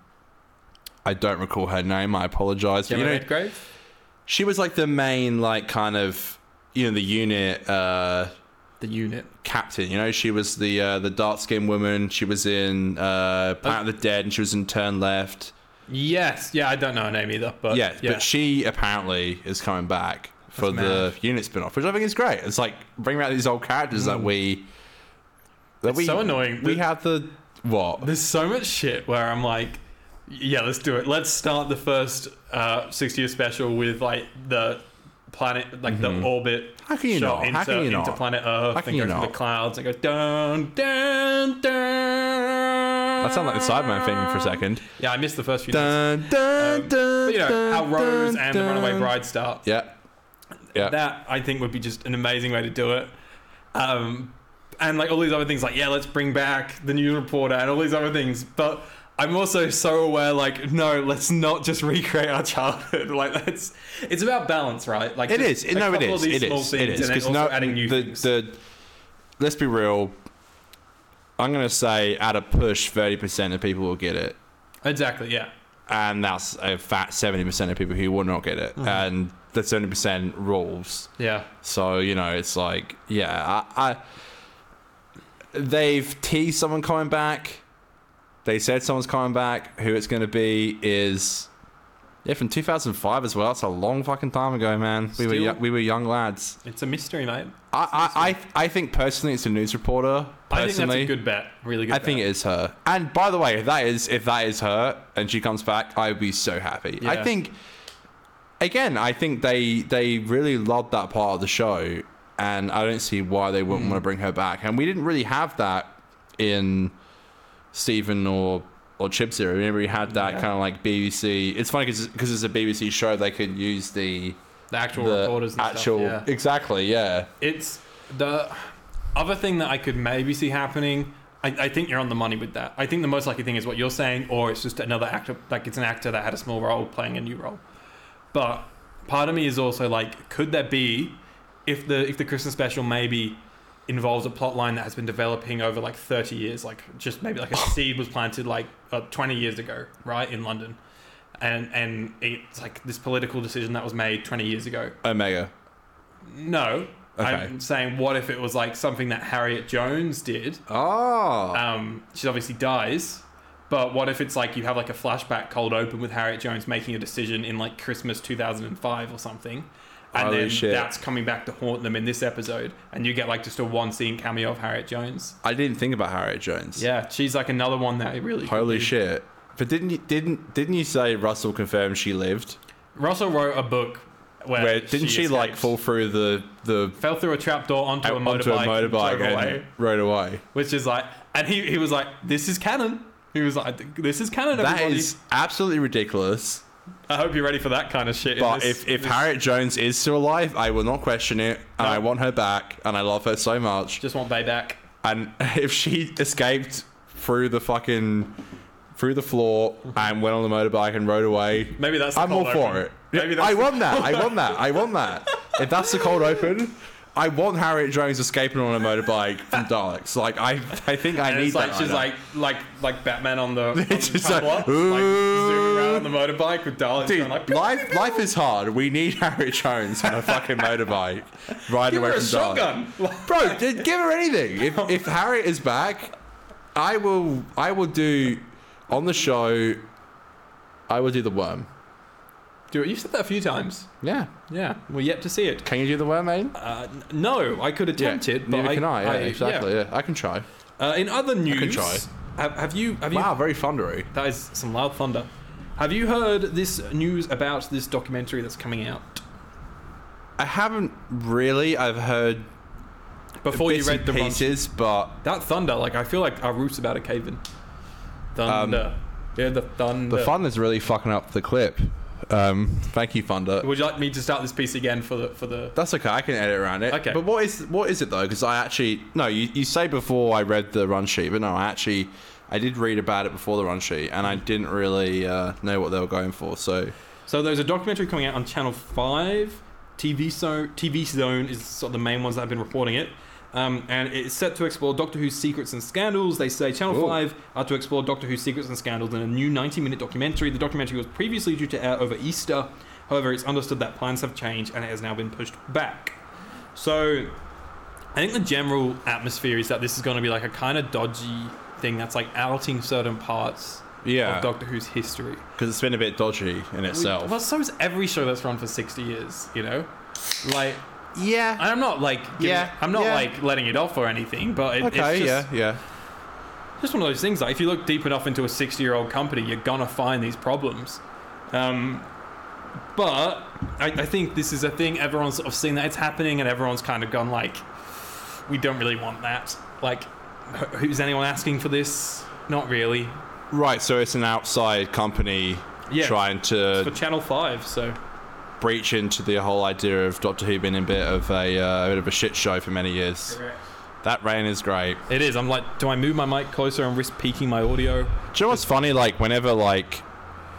Speaker 3: I don't recall her name. I apologize. but
Speaker 2: Gemma
Speaker 3: you know,
Speaker 2: Redgrave?
Speaker 3: she was like the main, like kind of, you know, the unit. Uh,
Speaker 2: The unit.
Speaker 3: captain. You know, she was the uh, the dark skinned woman. She was in uh,
Speaker 2: Oh.
Speaker 3: Planet of the Dead, and she was in Turn Left.
Speaker 2: Yes. Yeah, I don't know her name either, but
Speaker 3: yeah,
Speaker 2: yeah.
Speaker 3: but she apparently is coming back for
Speaker 2: That's
Speaker 3: the unit spin off, which I think is great. It's like bring back these old characters that we that
Speaker 2: Mm. It's so annoying.
Speaker 3: We
Speaker 2: The-
Speaker 3: have the what?
Speaker 2: There's so much shit where I'm like, yeah, let's do it. Let's start the first uh, 60 year special with like the planet, like the orbit.
Speaker 3: Mm-hmm. How can you
Speaker 2: shot
Speaker 3: not? How
Speaker 2: into-
Speaker 3: can you
Speaker 2: into
Speaker 3: not?
Speaker 2: planet Earth
Speaker 3: How can
Speaker 2: and
Speaker 3: you
Speaker 2: go through
Speaker 3: not?
Speaker 2: the clouds and go dun dun dun.
Speaker 3: that sounded like the Sideman thing for a second.
Speaker 2: Yeah, I missed the first few. minutes.
Speaker 3: Dun, dun,
Speaker 2: Um,
Speaker 3: dun,
Speaker 2: But, you know
Speaker 3: dun,
Speaker 2: how Rose
Speaker 3: dun,
Speaker 2: and the Runaway
Speaker 3: dun.
Speaker 2: Bride start.
Speaker 3: Yeah, yeah.
Speaker 2: That I think would be just an amazing way to do it. Um, and like all these other things, like yeah, let's bring back the news reporter and all these other things. But I'm also so aware, like no, let's not just *laughs* recreate our childhood. *laughs* Like that's it's about balance, right? Like
Speaker 3: It
Speaker 2: just
Speaker 3: is. It-
Speaker 2: a
Speaker 3: no, it
Speaker 2: couple of
Speaker 3: is.
Speaker 2: these
Speaker 3: It
Speaker 2: small
Speaker 3: is. It
Speaker 2: things and then
Speaker 3: is. Because
Speaker 2: also
Speaker 3: no,
Speaker 2: adding new
Speaker 3: the,
Speaker 2: things.
Speaker 3: the, let's be real. I'm gonna say at a push, thirty percent of people will get it,
Speaker 2: exactly, yeah.
Speaker 3: and that's a fat seventy percent of people who will not get it,
Speaker 2: Mm-hmm.
Speaker 3: and the seventy percent rules.
Speaker 2: Yeah.
Speaker 3: So you know, it's like, yeah, I, I they've teased someone coming back. They said someone's coming back. Who it's gonna be is. Yeah, from 2005 as well. That's a long fucking time ago, man. We
Speaker 2: Still-
Speaker 3: were yo- we were young lads.
Speaker 2: It's a mystery, mate.
Speaker 3: I, I, I, I think personally it's a news reporter.
Speaker 2: I think that's
Speaker 3: Personally,
Speaker 2: a good bet. Really good
Speaker 3: I think
Speaker 2: bet.
Speaker 3: it is her. And by the way, if that is if that is her and she comes back, I would be so happy.
Speaker 2: Yeah.
Speaker 3: I think again, I think they they really loved that part of the show, and I don't see why they
Speaker 2: Mm.
Speaker 3: wouldn't want to bring her back. And we didn't really have that in Stephen or or Chip's era. We never really had that
Speaker 2: Yeah.
Speaker 3: kind of like BBC. It's funny because it's a BBC show. They could use the
Speaker 2: the actual
Speaker 3: the
Speaker 2: reporters and
Speaker 3: actual
Speaker 2: stuff. Yeah.
Speaker 3: exactly yeah.
Speaker 2: It's the other thing that I could maybe see happening. I, I think you're on the money with that. I think the most likely thing is what you're saying, or it's just another actor, like it's an actor that had a small role playing a new role. But part of me is also like, could there be, if the if the Christmas special maybe involves a plot line that has been developing over like 30 years, like just maybe like a seed was planted like uh, 20 years ago, right in London, and and it's like this political decision that was made 20 years ago.
Speaker 3: Omega.
Speaker 2: No,
Speaker 3: Okay.
Speaker 2: I'm saying, what if it was like something that Harriet Jones did?
Speaker 3: Oh.
Speaker 2: Um, she obviously dies, but what if it's like you have like a flashback cold open with Harriet Jones making a decision in like Christmas 2005 or something, and
Speaker 3: Holy
Speaker 2: then
Speaker 3: shit.
Speaker 2: that's coming back to haunt them in this episode, and you get like just a one scene cameo of Harriet Jones.
Speaker 3: I didn't think about Harriet Jones.
Speaker 2: Yeah, she's like another one that it really. could
Speaker 3: Holy
Speaker 2: be.
Speaker 3: shit. But didn't you didn't didn't you say Russell confirmed she lived?
Speaker 2: Russell wrote a book where,
Speaker 3: Where didn't she, like
Speaker 2: Uh, escaped.
Speaker 3: fall through the the
Speaker 2: fell through a trapdoor onto a
Speaker 3: onto
Speaker 2: motorbike,
Speaker 3: a
Speaker 2: and
Speaker 3: motorbike
Speaker 2: drove away.
Speaker 3: and rode away?
Speaker 2: which is like, and he, he was like, this is canon. He was like, this is canon.
Speaker 3: That
Speaker 2: everybody.
Speaker 3: is absolutely ridiculous.
Speaker 2: I hope you're ready for that kind of shit. in
Speaker 3: But
Speaker 2: this-
Speaker 3: if, if
Speaker 2: this-
Speaker 3: Harriet Jones is still alive, I will not question it, and I
Speaker 2: No.
Speaker 3: want her back, and I love her so much.
Speaker 2: just want Bay back,
Speaker 3: And *laughs* if she escaped through the fucking through the floor and went on the motorbike and rode away,
Speaker 2: Mm-hmm. maybe that's. the
Speaker 3: I'm all
Speaker 2: cold
Speaker 3: for
Speaker 2: open.
Speaker 3: it.
Speaker 2: Maybe that's
Speaker 3: I want that. I want that. I want that. If that's the cold open, I want Harriet Jones escaping on a motorbike from Daleks. Like I, I think I
Speaker 2: And
Speaker 3: need
Speaker 2: it's like
Speaker 3: that.
Speaker 2: she's
Speaker 3: right
Speaker 2: like like like Batman on the,
Speaker 3: *laughs*
Speaker 2: on the
Speaker 3: just
Speaker 2: tumblr,
Speaker 3: like,
Speaker 2: like, zooming around on the motorbike with Daleks.
Speaker 3: now.
Speaker 2: going like,
Speaker 3: dude, life, life is hard. We need Harriet Jones on a fucking motorbike riding
Speaker 2: give
Speaker 3: away
Speaker 2: her
Speaker 3: from
Speaker 2: a
Speaker 3: Daleks.
Speaker 2: shotgun. *laughs*
Speaker 3: Bro, dude, give her anything. If if Harriet is back, I will. I will do on the show. I will do the worm.
Speaker 2: Dude, you've said that a few times.
Speaker 3: Yeah.
Speaker 2: Yeah, we're yet to see it.
Speaker 3: Can you do the worm, Aiden?
Speaker 2: Uh, n- no, I could
Speaker 3: Yeah.
Speaker 2: attempt it, but
Speaker 3: Neither
Speaker 2: I,
Speaker 3: can I. Yeah,
Speaker 2: I-
Speaker 3: exactly. Yeah. I can try.
Speaker 2: Uh, in other news,
Speaker 3: try.
Speaker 2: Have, have you have you
Speaker 3: Wow, very thundery.
Speaker 2: That is some loud thunder. Have you heard this news about this documentary that's coming out?
Speaker 3: I haven't really. I've heard
Speaker 2: Before you
Speaker 3: bits
Speaker 2: read
Speaker 3: and
Speaker 2: the run-
Speaker 3: pieces, but
Speaker 2: that thunder, like I feel like our roof's about to cave in. Thunder, yeah, the thunder.
Speaker 3: Um, the fun is really fucking up the clip. Um, thank you, Thunder.
Speaker 2: Would you like me to start this piece again for the for the?
Speaker 3: That's okay. I can edit around it.
Speaker 2: Okay.
Speaker 3: But what is what is it though? Because I actually no. You, you say before I read the run sheet, but no, I actually I did read about it before the run sheet, and I didn't really uh, know what they were going for. So
Speaker 2: So there's a documentary coming out on Channel Five. TV so TV Zone is sort of the main ones that have been reporting it. Um, and it's set to explore Doctor Who's secrets and scandals. They say Channel
Speaker 3: Ooh.
Speaker 2: 5 are to explore Doctor Who's secrets and scandals in a new 90 minute documentary. The documentary was previously due to air over Easter. However, it's understood that plans have changed and it has now been pushed back. So I think the general atmosphere is that this is going to be like a kind of dodgy thing that's like outing certain parts
Speaker 3: yeah,
Speaker 2: of Doctor Who's history.
Speaker 3: because it's been a bit dodgy in
Speaker 2: We-
Speaker 3: itself.
Speaker 2: Well, so is every show that's run for 60 years, you know? Like,
Speaker 3: yeah.
Speaker 2: I'm not like, giving-
Speaker 3: Yeah,
Speaker 2: I'm not
Speaker 3: yeah.
Speaker 2: like letting it off or anything, but it,
Speaker 3: okay.
Speaker 2: it's just,
Speaker 3: yeah. Yeah.
Speaker 2: just one of those things. Like, if you look deep enough into a 60 year old company, you're gonna find these problems. Um, but I, I think this is a thing everyone's sort of seen that it's happening, and everyone's kind of gone like, we don't really want that. Like, wh- who's anyone asking for this? Not really.
Speaker 3: Right. So it's an outside company
Speaker 2: Yeah.
Speaker 3: trying
Speaker 2: It's
Speaker 3: to
Speaker 2: for Channel Five, so
Speaker 3: breach into the whole idea of Doctor Who being a bit of a, uh, a bit of a shit show for many years. That rain is great.
Speaker 2: it is. I'm like, do I move my mic closer and risk peaking my audio?
Speaker 3: Do you know what's funny? Like whenever like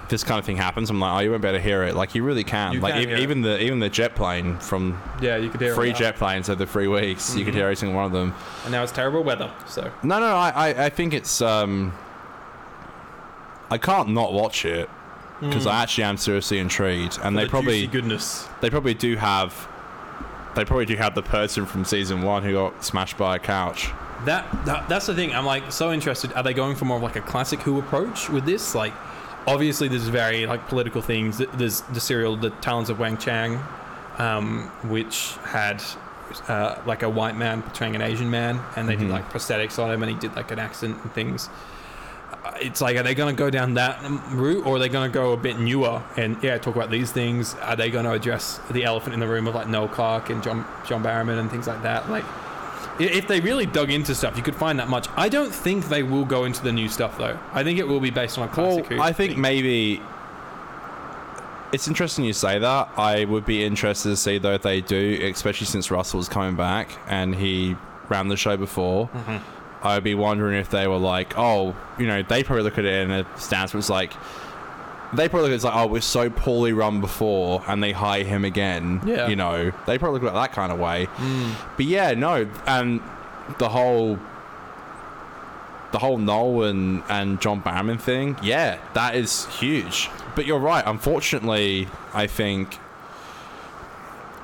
Speaker 3: this kind of thing happens, I'm like, oh, you won't be able to hear it. Like you really can.
Speaker 2: You
Speaker 3: like
Speaker 2: can,
Speaker 3: ev-
Speaker 2: yeah.
Speaker 3: even the even the jet plane from
Speaker 2: Yeah, Mm-hmm. you could hear
Speaker 3: free
Speaker 2: it.
Speaker 3: jet planes over the three weeks, you could hear every single one of them.
Speaker 2: And now it's terrible weather, so
Speaker 3: No, no, I I, I think it's um, I can't not watch it because I actually am seriously intrigued, and they
Speaker 2: Mm. the
Speaker 3: probably
Speaker 2: juicy goodness.
Speaker 3: they probably do have they probably do have the person from season one who got smashed by a couch.
Speaker 2: That, that that's the thing. I'm like so interested. Are they going for more of like a classic Who approach with this? Like, obviously, there's very like political things. Th- There's the serial, The Talents of Wang Chang, um, which had uh, like a white man portraying an Asian man, and they
Speaker 3: Mm-hmm.
Speaker 2: did like prosthetics on him, and he did like an accent and things. Uh, It's like, are they going to go down that um, route, or are they going to go a bit newer and yeah, talk about these things? Are they going to address the elephant in the room of like Noel Clark and John John Barrowman and things like that? Like. I- If they really dug into stuff, you could find that much. I don't think they will go into the new stuff though. I think it will be based on a
Speaker 3: Well,
Speaker 2: classic. Who.
Speaker 3: I think maybe it's interesting you say that. I would be interested to see though if they do, especially since Russell's coming back and he ran the show before. I would be wondering if they were like, oh, you know, they probably look at it in a stance where it's like they probably look at it's like, oh, we're so poorly run before, and they hire him again.
Speaker 2: Yeah.
Speaker 3: you know, they probably look at it that kind of way. But yeah, no, and the whole the whole Noel and, and John Barrowman thing, yeah, that is huge. But you're right. Unfortunately, I think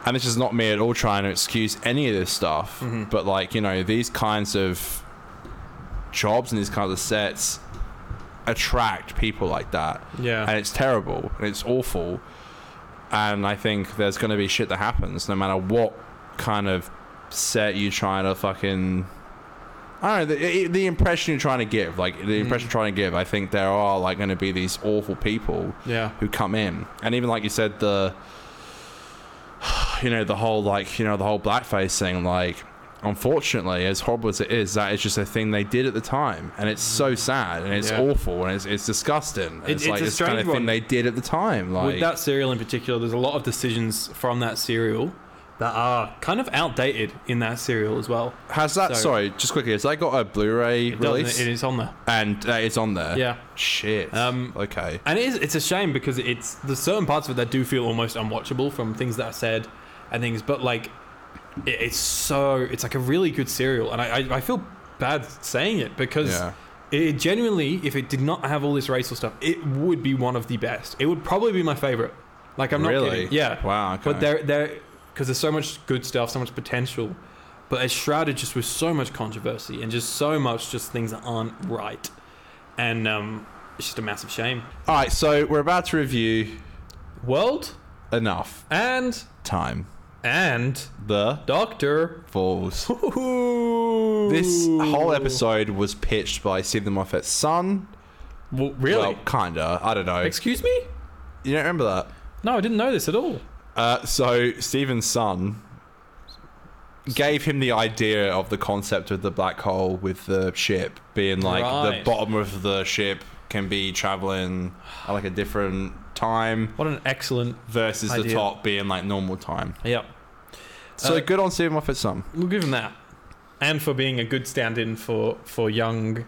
Speaker 3: and this is not me at all trying to excuse any of this stuff, but like you know these kinds of jobs and these kinds of sets attract people like that,
Speaker 2: Yeah.
Speaker 3: and it's terrible and it's awful, and I think there's going to be shit that happens no matter what kind of set you trying to fucking. I don't know the, the impression you're trying to give, like the impression you're trying to give. I think there are like going to be these awful people
Speaker 2: yeah.
Speaker 3: who come in. And even like you said, the you know the whole like you know the whole blackface thing. Like, unfortunately, as horrible as it is, that is just a thing they did at the time, and it's so sad and it's
Speaker 2: Mm-hmm. Yeah.
Speaker 3: awful and it's, it's disgusting.
Speaker 2: It-
Speaker 3: it's,
Speaker 2: it's
Speaker 3: like
Speaker 2: a
Speaker 3: this kind of
Speaker 2: strange
Speaker 3: thing
Speaker 2: one.
Speaker 3: they did at the time. Like,
Speaker 2: With that serial in particular, there's a lot of decisions from that serial that are kind of outdated in that serial as well.
Speaker 3: has that?
Speaker 2: so-
Speaker 3: sorry, just quickly, has that got a Blu-ray
Speaker 2: It, doesn't-
Speaker 3: release?
Speaker 2: it is on there.
Speaker 3: and uh, it's on there.
Speaker 2: Yeah.
Speaker 3: Shit.
Speaker 2: Um,
Speaker 3: okay.
Speaker 2: And it is, it's a shame because it's there's certain parts of it that do feel almost unwatchable from things that are said and things, but like it, it's so it's like a really good serial, and I, I, I feel bad saying it because
Speaker 3: Yeah.
Speaker 2: it genuinely, if it did not have all this racial stuff, it would be one of the best. It would probably be my favorite. Like I'm not
Speaker 3: really?
Speaker 2: kidding. Yeah.
Speaker 3: Wow. Okay.
Speaker 2: But there, there, because there's so much good stuff, so much potential, but it's shrouded just with so much controversy and just so much just things that aren't right, and um, it's just a massive shame.
Speaker 3: All right. So we're about to review
Speaker 2: World
Speaker 3: enough
Speaker 2: and
Speaker 3: time.
Speaker 2: and
Speaker 3: The
Speaker 2: Doctor.
Speaker 3: falls.
Speaker 2: Ooh.
Speaker 3: This whole episode was pitched by Stephen Moffat's son.
Speaker 2: Well, really?
Speaker 3: Well, kinda. I don't know.
Speaker 2: Excuse me?
Speaker 3: you don't remember that?
Speaker 2: No, I didn't know this at all.
Speaker 3: Uh, so Stephen's son gave him the idea of the concept of the black hole with the ship being like the
Speaker 2: Right.
Speaker 3: bottom of the ship can be traveling at like a different time
Speaker 2: What an excellent.
Speaker 3: versus the
Speaker 2: Idea.
Speaker 3: top being like normal time.
Speaker 2: Yep.
Speaker 3: So
Speaker 2: Uh,
Speaker 3: good on Stephen Moffat's son.
Speaker 2: We'll give him that, and for being a good stand-in for for young,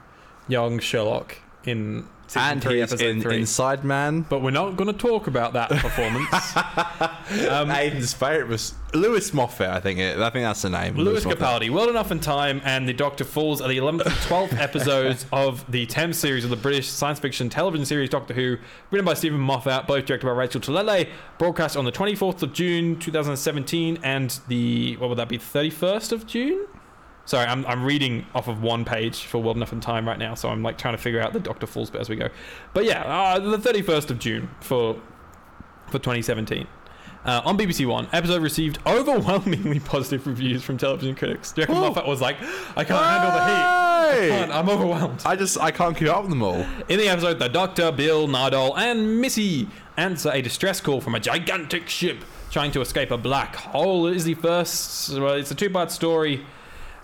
Speaker 2: young Sherlock in season
Speaker 3: And
Speaker 2: three,
Speaker 3: he's
Speaker 2: episode
Speaker 3: in
Speaker 2: three.
Speaker 3: Inside Man.
Speaker 2: but we're not going to talk about that performance.
Speaker 3: *laughs*
Speaker 2: um,
Speaker 3: Aiden's favorite was Lewis Moffat. I think it. I think that's the name.
Speaker 2: Lewis
Speaker 3: Moffat.
Speaker 2: Capaldi, Well Enough in Time, and The Doctor Falls are the 11th and 12th episodes of the Thames series of the British science fiction television series Doctor Who, written by Stephen Moffat, both directed by Rachel Talele, broadcast on the 24th of June 2017 and the, what would that be, 31st of June? Sorry, I'm, I'm reading off of one page for Well Enough in Time right now, so I'm like trying to figure out the Doctor Falls bit as we go. But yeah, uh, the 31st of June for for 2017 uh, on BBC One. Episode received overwhelmingly *laughs* positive reviews from television critics. Do you reckon
Speaker 3: Woo!
Speaker 2: Moffat was like, I can't handle the heat. I
Speaker 3: Hey!
Speaker 2: can't, I'm overwhelmed.
Speaker 3: I just I can't keep up with them all.
Speaker 2: In the episode, the Doctor, Bill, Nardole, and Missy answer a distress call from a gigantic ship trying to escape a black hole. It is the first, well, it's a two part story,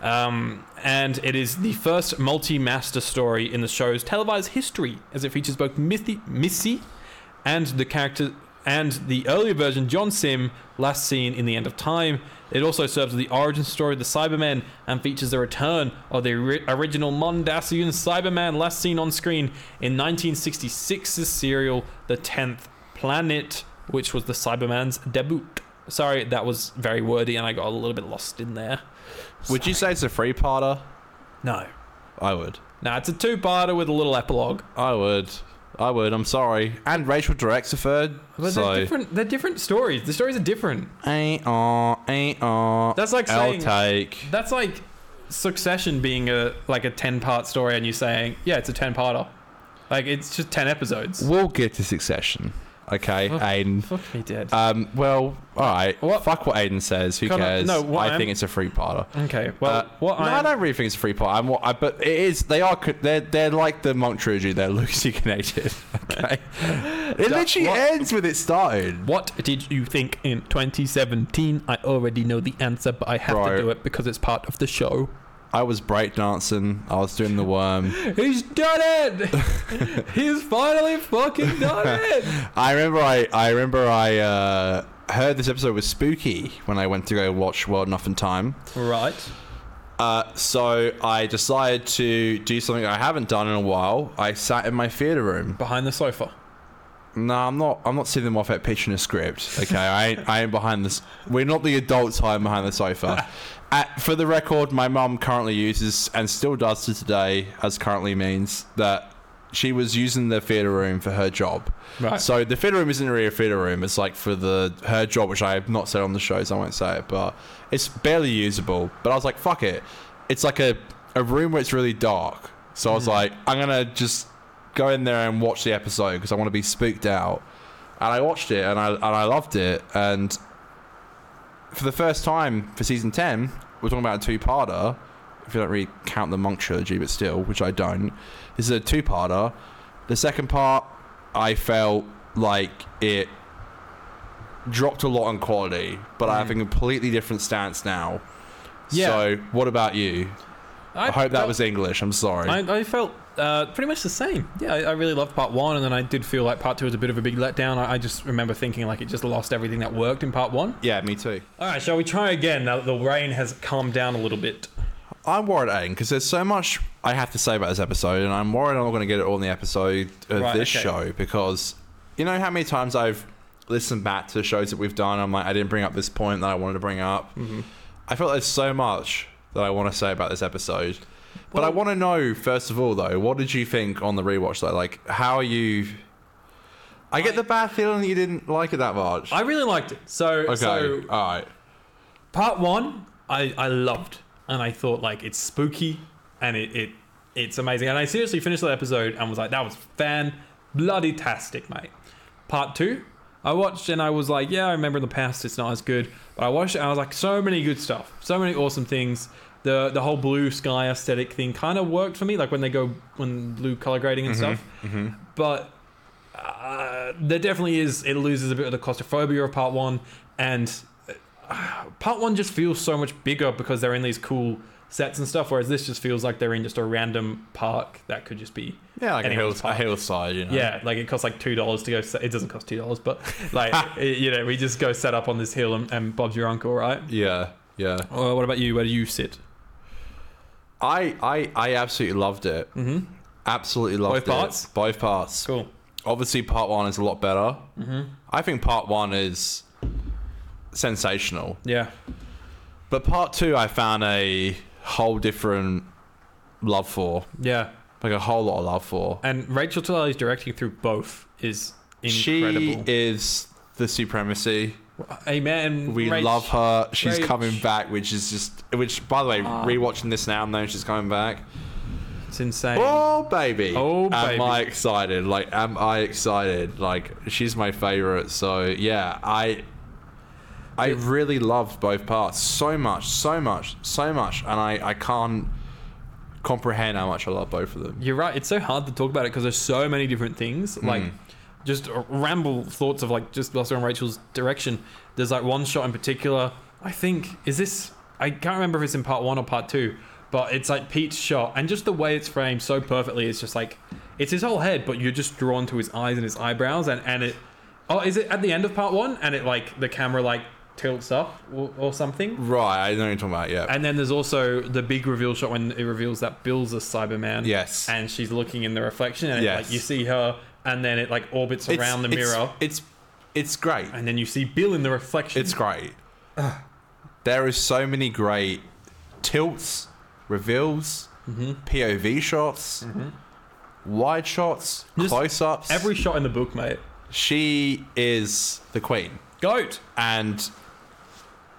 Speaker 2: um, and it is the first multi master story in the show's televised history, as it features both Missy, Missy and the character. And the earlier version, John Sim, last seen in the end of time. It also serves as the origin story of the Cybermen and features the return of the ori- original Mondasian Cyberman, last seen on screen in 1966's serial The Tenth Planet, which was the Cyberman's debut. Sorry, that was very wordy, and I got a little bit lost in there.
Speaker 3: Would you say it's a three parter?
Speaker 2: No.
Speaker 3: I would.
Speaker 2: Now it's a two-parter with a little epilogue.
Speaker 3: I would. I would. I'm sorry. And Rachel directs a third.
Speaker 2: But they're
Speaker 3: so
Speaker 2: different. They're different stories. The stories are different.
Speaker 3: ain't aw, ain't aw.
Speaker 2: That's like
Speaker 3: I'll
Speaker 2: saying
Speaker 3: take.
Speaker 2: that's like Succession being a like a ten-part story, and you saying, yeah, it's a ten-parter. Like it's just ten episodes.
Speaker 3: We'll get to Succession. Okay,
Speaker 2: Fuck.
Speaker 3: Aiden.
Speaker 2: Fuck me dead.
Speaker 3: Um. Well. All right.
Speaker 2: What-
Speaker 3: Fuck what Aiden says. Who
Speaker 2: Can I-
Speaker 3: cares?
Speaker 2: no, what
Speaker 3: I
Speaker 2: I'm-
Speaker 3: think it's a three parter.
Speaker 2: Okay. Well,
Speaker 3: Uh,
Speaker 2: what
Speaker 3: no,
Speaker 2: I,
Speaker 3: I don't really think it's a free part. I'm, I, but it is. They are. co- They're they're like the monk trilogy. They're loosely connected. *laughs* Okay. it
Speaker 2: Da-
Speaker 3: literally
Speaker 2: what-
Speaker 3: ends with it started.
Speaker 2: what did you think in 2017? I already know the answer, but I have
Speaker 3: Right.
Speaker 2: to do it because it's part of the show.
Speaker 3: I was breakdancing. I was doing the worm.
Speaker 2: He's done
Speaker 3: *laughs*
Speaker 2: it. He's finally fucking done it.
Speaker 3: I remember. I I remember. I uh, heard this episode was spooky when I went to go watch World Enough in Time.
Speaker 2: Right.
Speaker 3: Uh, so I decided to do something I haven't done in a while. I sat in my theater room.
Speaker 2: Behind the sofa.
Speaker 3: No, I'm not. I'm not sitting off at pitching a script. Okay, I ain't, I ain't behind this. We're not the adults hiding behind the sofa. At, for the record, my mum currently uses and still does to today, as currently means that she was using the theater room for her job.
Speaker 2: Right.
Speaker 3: So the theater room isn't really a theater room. It's like for the her job, which I have not said on the shows. I won't say it, but it's barely usable. But I was like, fuck it. It's like a a room where it's really dark. So I was like, I'm gonna just go in there and watch the episode because I want to be spooked out. And I watched it and I and I loved it. And for the first time for season 10, we're talking about a two parter. If you don't really count the Monk trilogy, but still, which I don't, this is a two parter. The second part, I felt like it dropped a lot in quality, but I have a completely different stance now.
Speaker 2: Mm. Yeah.
Speaker 3: So, what about you? I, hope that
Speaker 2: felt-
Speaker 3: was English. I'm sorry.
Speaker 2: I, I felt uh, pretty much the same. Yeah, I, I really loved part one, and then I did feel like part two was a bit of a big letdown. I, I just remember thinking like it just lost everything that worked in part one.
Speaker 3: yeah, me too.
Speaker 2: All right, shall we try again now that the rain has calmed down a little bit?
Speaker 3: I'm worried, Aiden, because there's so much I have to say about this episode, and I'm worried I'm not going to get it all in the episode of
Speaker 2: Right,
Speaker 3: this
Speaker 2: okay.
Speaker 3: show because you know how many times I've listened back to the shows that we've done. I'm like, I didn't bring up this point that I wanted to bring up.
Speaker 2: Mm-hmm.
Speaker 3: I feel there's so much that I want to say about this episode, but I want to know first of all, though, what did you think on the rewatch? Though, like, how are you? I get the bad feeling that you didn't like it that much.
Speaker 2: I really liked it. So,
Speaker 3: okay,
Speaker 2: so
Speaker 3: all right.
Speaker 2: part one I, I loved and i thought like it's spooky and it, it it's amazing and i seriously finished the episode and was like that was fan bloody tastic mate part two i watched and i was like yeah i remember in the past it's not as good but i watched it and i was like so many good stuff so many awesome things the the whole blue sky aesthetic thing kind of worked for me like when they go when blue color grading and stuff but uh, there definitely is it loses a bit of the claustrophobia of part one and uh, part one just feels so much bigger because they're in these cool sets and stuff whereas this just feels like they're in just a random park that could just be
Speaker 3: Yeah, like a, hill,
Speaker 2: anyone's
Speaker 3: a
Speaker 2: park.
Speaker 3: hillside, you know.
Speaker 2: yeah like it costs like two dollars to go set, it doesn't cost two dollars but *laughs* like it- you know we just go set up on this hill and, and bob's your uncle right
Speaker 3: yeah, yeah.
Speaker 2: uh, what about you where do you sit
Speaker 3: I I I absolutely loved it. Mm-hmm. Absolutely loved
Speaker 2: Both
Speaker 3: it.
Speaker 2: parts?
Speaker 3: Both parts.
Speaker 2: cool
Speaker 3: Obviously, part one is a lot better. Mm-hmm. I think part one is sensational,
Speaker 2: yeah
Speaker 3: but part two I found a whole different love for,
Speaker 2: yeah
Speaker 3: like a whole lot of love for.
Speaker 2: and rachel Talley's directing through both is incredible
Speaker 3: She is the supremacy.
Speaker 2: amen
Speaker 3: We
Speaker 2: Rach-
Speaker 3: love her. She's
Speaker 2: Rach.
Speaker 3: coming back, which is just which. By the way,
Speaker 2: Ah.
Speaker 3: rewatching this now, knowing she's coming back.
Speaker 2: it's insane
Speaker 3: Oh baby!
Speaker 2: Oh,
Speaker 3: Am
Speaker 2: baby.
Speaker 3: I excited? Like, am I excited? Like, she's my favorite. So yeah, I, I really loved both parts so much, so much, so much, and I I can't comprehend how much I love both of them.
Speaker 2: You're right. It's so hard to talk about it because there's so many different things. Like, just ramble thoughts of like just Buster and Rachel's direction. There's like one shot in particular. I think is this. I can't remember if it's in part one or part two, but it's like Pete's shot and just the way it's framed so perfectly. It's just like it's his whole head, but you're just drawn to his eyes and his eyebrows and and it. Oh, is it at the end of part one? And it like the camera like tilts up or, or something.
Speaker 3: Right, I know what you're talking about. Yeah,
Speaker 2: And then there's also the big reveal shot when it reveals that Bill's a Cyberman.
Speaker 3: Yes.
Speaker 2: And she's looking in the reflection, and it,
Speaker 3: Yes.
Speaker 2: like you see her, and then it like orbits
Speaker 3: It's-
Speaker 2: around the
Speaker 3: it's-
Speaker 2: mirror,
Speaker 3: It's it's great.
Speaker 2: and then you see Bill in the reflection.
Speaker 3: It's great. There is so many great tilts, reveals,
Speaker 2: Mm-hmm.
Speaker 3: POV shots, wide shots,
Speaker 2: Just
Speaker 3: close-ups.
Speaker 2: every shot in the book, mate.
Speaker 3: She is the queen.
Speaker 2: Goat.
Speaker 3: And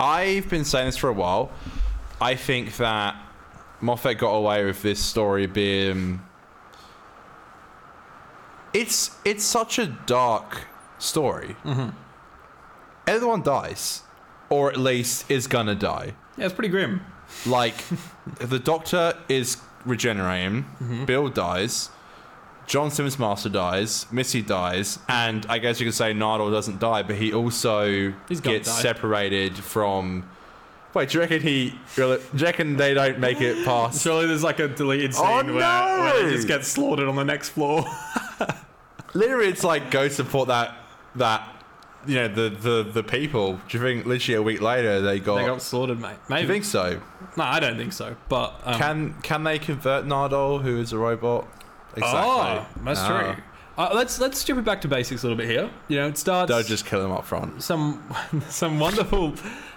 Speaker 3: I've been saying this for a while. I think that Moffat got away with this story being it's it's such a dark story. Everyone dies, or at least is gonna die.
Speaker 2: Yeah, it's pretty grim.
Speaker 3: Like the Doctor is regenerating,
Speaker 2: Mm-hmm.
Speaker 3: Bill dies, John Simmons Master dies, Missy dies, and I guess you could say Nidal doesn't die, but he also
Speaker 2: He's gonna
Speaker 3: gets
Speaker 2: die.
Speaker 3: separated from. Wait, do you reckon he? Do you reckon they don't make
Speaker 2: *laughs*
Speaker 3: it past?
Speaker 2: Surely there's like a deleted scene
Speaker 3: Oh,
Speaker 2: where, where
Speaker 3: no!
Speaker 2: they just get slaughtered on the next floor.
Speaker 3: Literally, it's like go support that that you know the the the people. Do you think literally a week later *laughs* they got?
Speaker 2: they got slaughtered, mate.
Speaker 3: do
Speaker 2: Maybe.
Speaker 3: you think so?
Speaker 2: No, I don't think so. But um,
Speaker 3: Can can they convert Nardole, who is a robot?
Speaker 2: oh, that's
Speaker 3: Ah.
Speaker 2: true. Uh, let's let's strip it back to basics a little bit here. You know, it starts. *laughs*
Speaker 3: They'll just kill him up front.
Speaker 2: some some wonderful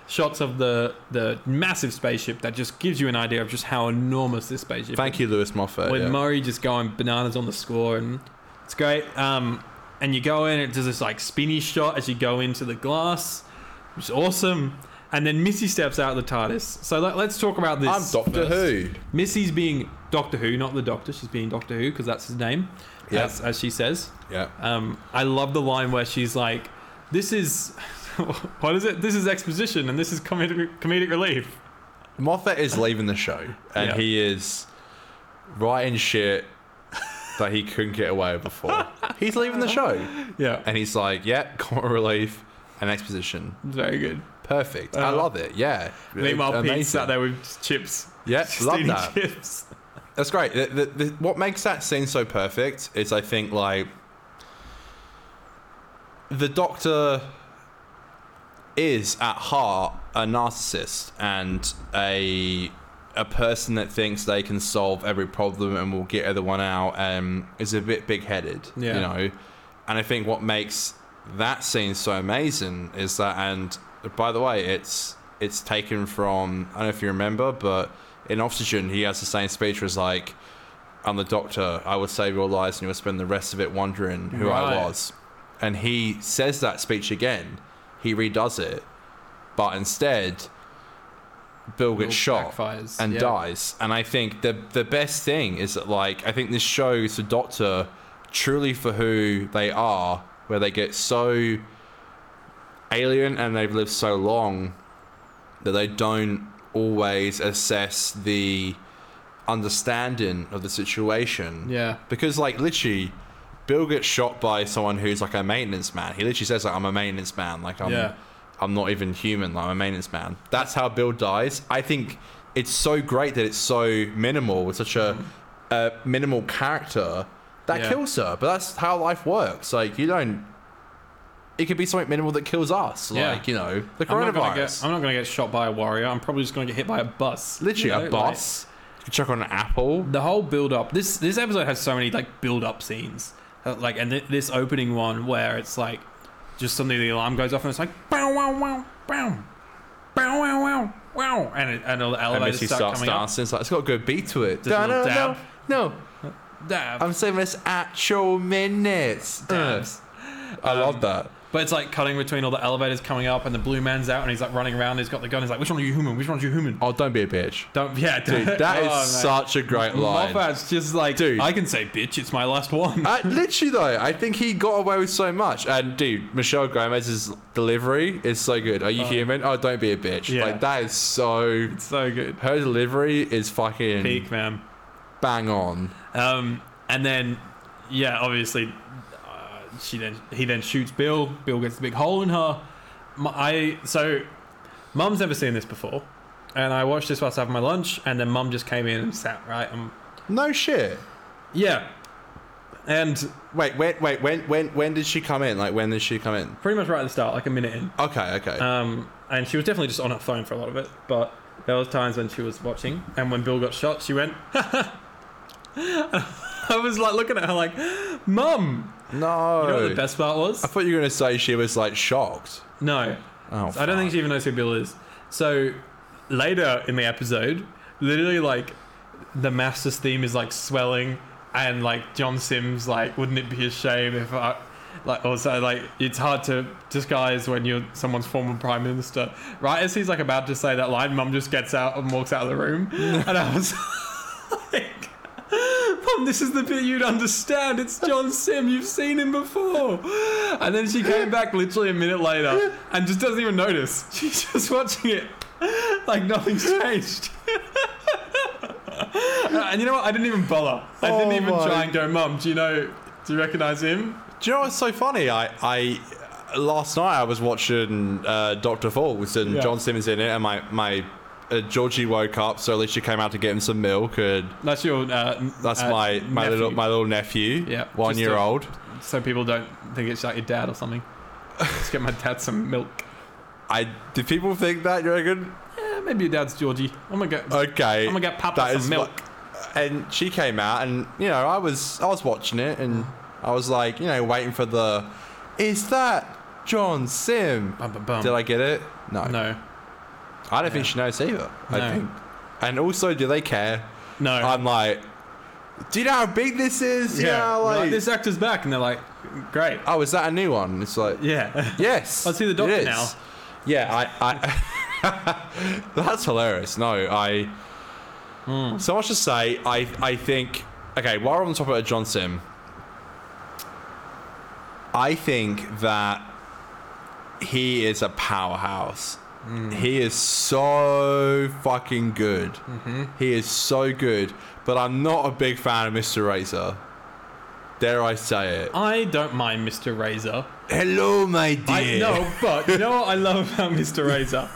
Speaker 2: shots of the the massive spaceship that just gives you an idea of just how enormous this spaceship is
Speaker 3: Thank you, Lewis Moffat.
Speaker 2: with
Speaker 3: yeah.
Speaker 2: Murray just going bananas on the score, and it's great. Um, and you go in, and it does this like spinny shot as you go into the glass, which is awesome. And then Missy steps out of the TARDIS. So let, us talk about this.
Speaker 3: I'm Doctor
Speaker 2: first.
Speaker 3: Who.
Speaker 2: Missy's being Doctor Who, not the Doctor. She's being Doctor Who because that's his name,
Speaker 3: Yeah.
Speaker 2: as, as she says.
Speaker 3: Yeah.
Speaker 2: Um, I love the line where she's like, "This is *laughs* what is it? This is exposition, and this is comedic, comedic relief."
Speaker 3: Moffat is leaving the show, and
Speaker 2: Yeah.
Speaker 3: he is writing shit that he couldn't get away with before. *laughs* he's leaving the show,
Speaker 2: Yeah,
Speaker 3: and he's like, "Yeah, comic relief and exposition,
Speaker 2: very good.
Speaker 3: perfect. I
Speaker 2: Uh-huh.
Speaker 3: love it. Yeah."
Speaker 2: Meanwhile,
Speaker 3: Amazing.
Speaker 2: Pete sat there with chips.
Speaker 3: Yeah,
Speaker 2: Just
Speaker 3: love
Speaker 2: eating *laughs*
Speaker 3: that.
Speaker 2: chips.
Speaker 3: That's great. The, the, the, what makes that scene so perfect is, I think, like the Doctor is at heart a narcissist and a a person that thinks they can solve every problem and will get everyone out and is a bit big headed,
Speaker 2: Yeah.
Speaker 3: you know. And I think what makes that scene so amazing is that and by the way, it's it's taken from I don't know if you remember, but in Oxygen he has the same speech was like, I'm the doctor, I will save your lives and you'll spend the rest of it wondering who
Speaker 2: Right.
Speaker 3: I was. And he says that speech again. He redoes it. But instead Bill gets shot
Speaker 2: Backfires,
Speaker 3: and
Speaker 2: yeah.
Speaker 3: dies. And I think the the best thing is that like I think this shows the Doctor truly for who they are, where they get so alien and they've lived so long that they don't always assess the understanding of the situation.
Speaker 2: Yeah.
Speaker 3: Because like literally Bill gets shot by someone who's like a maintenance man. He literally says like I'm a maintenance man. Like I'm
Speaker 2: Yeah.
Speaker 3: I'm not even human, like I'm a maintenance man. That's how Bill dies. I think it's so great that it's so minimal with such a, a minimal character that
Speaker 2: Mm. Yeah.
Speaker 3: kills her. But that's how life works. Like you don't it could be something minimal that kills us.
Speaker 2: Yeah.
Speaker 3: Like, you know, the
Speaker 2: I'm not, gonna
Speaker 3: coronavirus.
Speaker 2: get, I'm not gonna get shot by a warrior. I'm probably just gonna get hit by a bus.
Speaker 3: literally
Speaker 2: You know,
Speaker 3: a
Speaker 2: like,
Speaker 3: bus. you could chuck on an apple.
Speaker 2: the whole build up. This this episode has so many like build up scenes. Uh, Like and th- this opening one where it's like just suddenly the alarm goes off and it's like bow wow wow bow bow wow wow wow and it, and all the
Speaker 3: And
Speaker 2: elevators
Speaker 3: Missy
Speaker 2: start
Speaker 3: starts
Speaker 2: coming up.
Speaker 3: dancing. It's like it's got a good beat to it.
Speaker 2: Does a little
Speaker 3: no,
Speaker 2: dab.
Speaker 3: no,
Speaker 2: Dab,
Speaker 3: I'm saving us actual minutes.
Speaker 2: dabs.
Speaker 3: I
Speaker 2: Um,
Speaker 3: love that.
Speaker 2: But it's like cutting between all the elevators coming up and the blue man's out and he's like running around. He's got the gun. He's like, which one are you human? Which one's you human?
Speaker 3: Oh, don't be
Speaker 2: *laughs*
Speaker 3: a bitch.
Speaker 2: Don't yeah,
Speaker 3: Dude, that
Speaker 2: Oh,
Speaker 3: is such a great line.
Speaker 2: Moffat's just like,
Speaker 3: Dude.
Speaker 2: I can say bitch, it's my last one.
Speaker 3: Uh, literally though, I think he got away with so much. And dude, Michelle Gomez's delivery is so good. Are you human? Oh, don't be a bitch.
Speaker 2: yeah.
Speaker 3: Like that is so.
Speaker 2: *laughs* so good.
Speaker 3: Her delivery is fucking
Speaker 2: Peak, man.
Speaker 3: bang on.
Speaker 2: Um, and then, yeah, obviously, uh, she then he then shoots Bill. Bill gets a big hole in her. M I I so, Mum's never seen this before, and I watched this whilst having my lunch, and then Mum just came in and sat right. Um,
Speaker 3: No shit.
Speaker 2: yeah, and
Speaker 3: Wait, wait, wait. When, when, when did she come in? Like, when did she come in?
Speaker 2: pretty much right at the start, like a minute in.
Speaker 3: Okay, okay.
Speaker 2: Um, and she was definitely just on her phone for a lot of it, but there was times when she was watching, and when Bill got shot, she went. *laughs* I was like looking at her like, "Mum,
Speaker 3: no.
Speaker 2: you know what the best part was?"
Speaker 3: I thought you were gonna say she was like shocked.
Speaker 2: No,
Speaker 3: Oh,
Speaker 2: I don't think she even knows who Bill is. So later in the episode, literally like the Masters theme is like swelling, and like John Sims like, wouldn't it be a shame if I. Like also like it's hard to disguise when you're someone's former prime minister. Right as he's like about to say that line, Mum just gets out and walks out of the room, and I was *laughs* like, Mum, this is the bit you'd understand. It's John Sim. You've seen him before. And then she came back literally a minute later and just doesn't even notice. *laughs* She's just watching it like
Speaker 3: *laughs*
Speaker 2: nothing's changed. *laughs* and you know what? I didn't even bother. I didn't
Speaker 3: Oh
Speaker 2: even
Speaker 3: my-
Speaker 2: try and go, Mum, do you know, do you recognize him?
Speaker 3: Do you know what's so funny? I, I last night I was watching uh, Doctor Falls and
Speaker 2: Yeah.
Speaker 3: John Simmons in it, and my my uh, Georgie woke up, so at least she came out to get him some milk, and
Speaker 2: That's your. Uh,
Speaker 3: that's
Speaker 2: uh,
Speaker 3: my my
Speaker 2: nephew.
Speaker 3: little my little nephew,
Speaker 2: Yeah,
Speaker 3: one
Speaker 2: just
Speaker 3: year
Speaker 2: a-
Speaker 3: old.
Speaker 2: So people don't think it's like your dad or something. Let's get my dad some
Speaker 3: *laughs*
Speaker 2: milk.
Speaker 3: I do people think that you reckon?
Speaker 2: Eh, maybe your dad's Georgie. I'm gonna get.
Speaker 3: Okay,
Speaker 2: I'm gonna get Papa
Speaker 3: that
Speaker 2: some
Speaker 3: is
Speaker 2: milk.
Speaker 3: what- and she came out, and you know I was I was watching it,
Speaker 2: Mm.
Speaker 3: and I was like you know waiting for the is that John Sim?
Speaker 2: Bum, bum, bum.
Speaker 3: Did I get it?
Speaker 2: Um, No.
Speaker 3: I don't think she knows either. I
Speaker 2: No.
Speaker 3: think. And also, do they care?
Speaker 2: No.
Speaker 3: I'm like, do you know how big this is?
Speaker 2: yeah.
Speaker 3: Yeah,
Speaker 2: we're
Speaker 3: like,
Speaker 2: like, this actor's back, and they're like, great.
Speaker 3: oh, is that a new one? It's like,
Speaker 2: Yeah. *laughs*
Speaker 3: yes.
Speaker 2: I'll see the
Speaker 3: it
Speaker 2: doctor
Speaker 3: is.
Speaker 2: now.
Speaker 3: Yeah, I. I *laughs* that's hilarious. No, I. So much to say. I I think. Okay, while we're on the topic of John Sim, I think that he is a powerhouse. He is so fucking good. He is so good. But I'm not a big fan of Mr. Razor. Dare I say it?
Speaker 2: I don't mind Mr. Razor.
Speaker 3: Hello, my dear.
Speaker 2: I no, but you know what I love about Mr. Razor?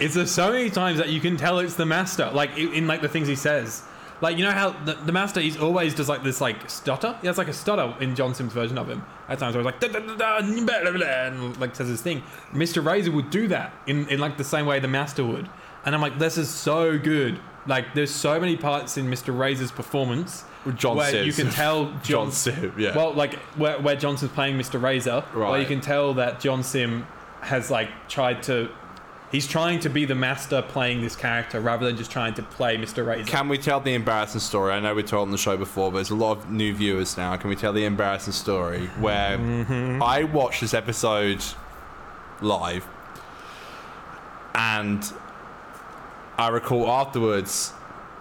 Speaker 2: Is there's so many times that you can tell it's the master, like in, in like the things he says. Like you know how the, the master is always just like this like stutter. He has like a stutter in John Sim's version of him. At times where he's like da, da, da, da, blah, blah, blah, and like says his thing. Mr. Razor would do that in, in like the same way the master would. And I'm like, this is so good. Like there's so many parts in Mr. Razor's performance
Speaker 3: John
Speaker 2: where you
Speaker 3: Sim's.
Speaker 2: can tell John,
Speaker 3: John Sim, yeah.
Speaker 2: Well, like where, where Johnson's playing Mr. Razor, where you
Speaker 3: Right.
Speaker 2: can tell that John Sim has like tried to, he's trying to be the master playing this character rather than just trying to play Mr. Razor.
Speaker 3: Can we tell the embarrassing story? I know we told on the show before, but there's a lot of new viewers now. Can we tell the embarrassing story where I watched this episode live and I recall afterwards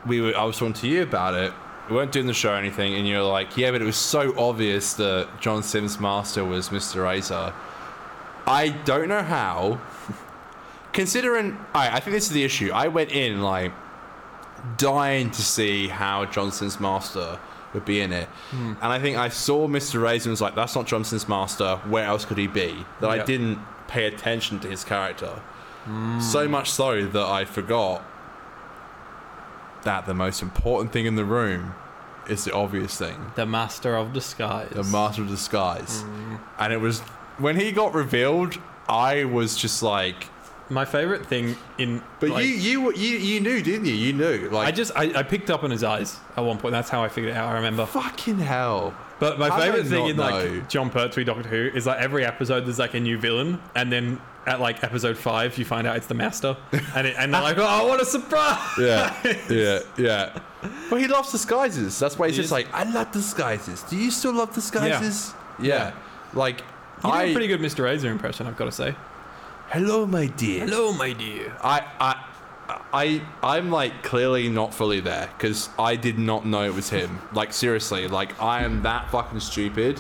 Speaker 3: we were I was talking to you about it. We weren't doing the show or anything, and you were like, Yeah, but it was so obvious that John Sims' master was Mr. Razor. I don't know how. Considering I I think this is the issue. I went in like dying to see how Johnson's master would be in it. And I think I saw Mr. Razor and was like, that's not Johnson's master. Where else could he be? That
Speaker 2: Yeah.
Speaker 3: I didn't pay attention to his character. So much so that I forgot that the most important thing in the room is the obvious thing
Speaker 2: The master of disguise.
Speaker 3: the master of disguise. And it was when he got revealed, I was just like,
Speaker 2: My favorite thing in.
Speaker 3: but
Speaker 2: like,
Speaker 3: you, you, were- you, you knew, didn't you? You knew, like,
Speaker 2: I just I, I picked up on his eyes at one point. That's how I figured it out. I remember.
Speaker 3: fucking hell.
Speaker 2: But my
Speaker 3: How do I
Speaker 2: favorite thing
Speaker 3: not
Speaker 2: in
Speaker 3: know?
Speaker 2: like John Pertwee Doctor Who is like every episode there's like a new villain, and then at like episode five you find out it's the Master, and it, and they're like, oh, what a surprise!
Speaker 3: *laughs* Yeah, yeah, yeah. But he loves disguises. That's why he's
Speaker 2: He
Speaker 3: just
Speaker 2: is-
Speaker 3: like, I love disguises. Do you still love disguises? Yeah. Like,
Speaker 2: You did
Speaker 3: I.
Speaker 2: a pretty good Mr. Razor impression, I've got to say.
Speaker 3: Hello, my dear.
Speaker 2: Hello, my dear.
Speaker 3: I, I. I I'm like clearly not fully there because I did not know it was him. Like seriously, like I am that fucking stupid.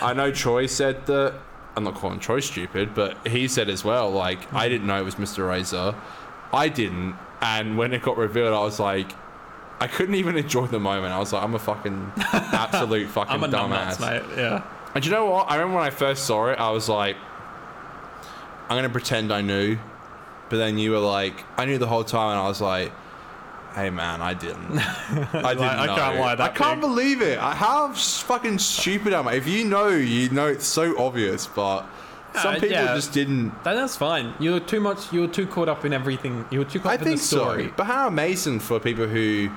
Speaker 3: I know Troy said that. I'm not calling Troy stupid, but he said as well. Like I didn't know it was Mr. Razor. I didn't, and when it got revealed, I was like, I couldn't even enjoy the moment. I was like, I'm
Speaker 2: *laughs*
Speaker 3: a fucking absolute fucking
Speaker 2: I'm a
Speaker 3: dumbass.
Speaker 2: dumbass, mate. Yeah.
Speaker 3: And you know what? I remember when I first saw it, I was like, I'm going to pretend I knew. But then you were like, I knew the whole time. And I was like, hey, man,
Speaker 2: *laughs*
Speaker 3: I didn't. I didn't
Speaker 2: I
Speaker 3: know.
Speaker 2: can't lie that
Speaker 3: I can't
Speaker 2: big.
Speaker 3: believe it. I, how s- fucking stupid am I? If you know, you know it's so obvious, but some
Speaker 2: Uh,
Speaker 3: people
Speaker 2: yeah.
Speaker 3: just didn't.
Speaker 2: That, that's fine. You were too much. You were too caught up in everything. You were too caught
Speaker 3: I
Speaker 2: up in
Speaker 3: think
Speaker 2: the story.
Speaker 3: so. But how amazing for people who, you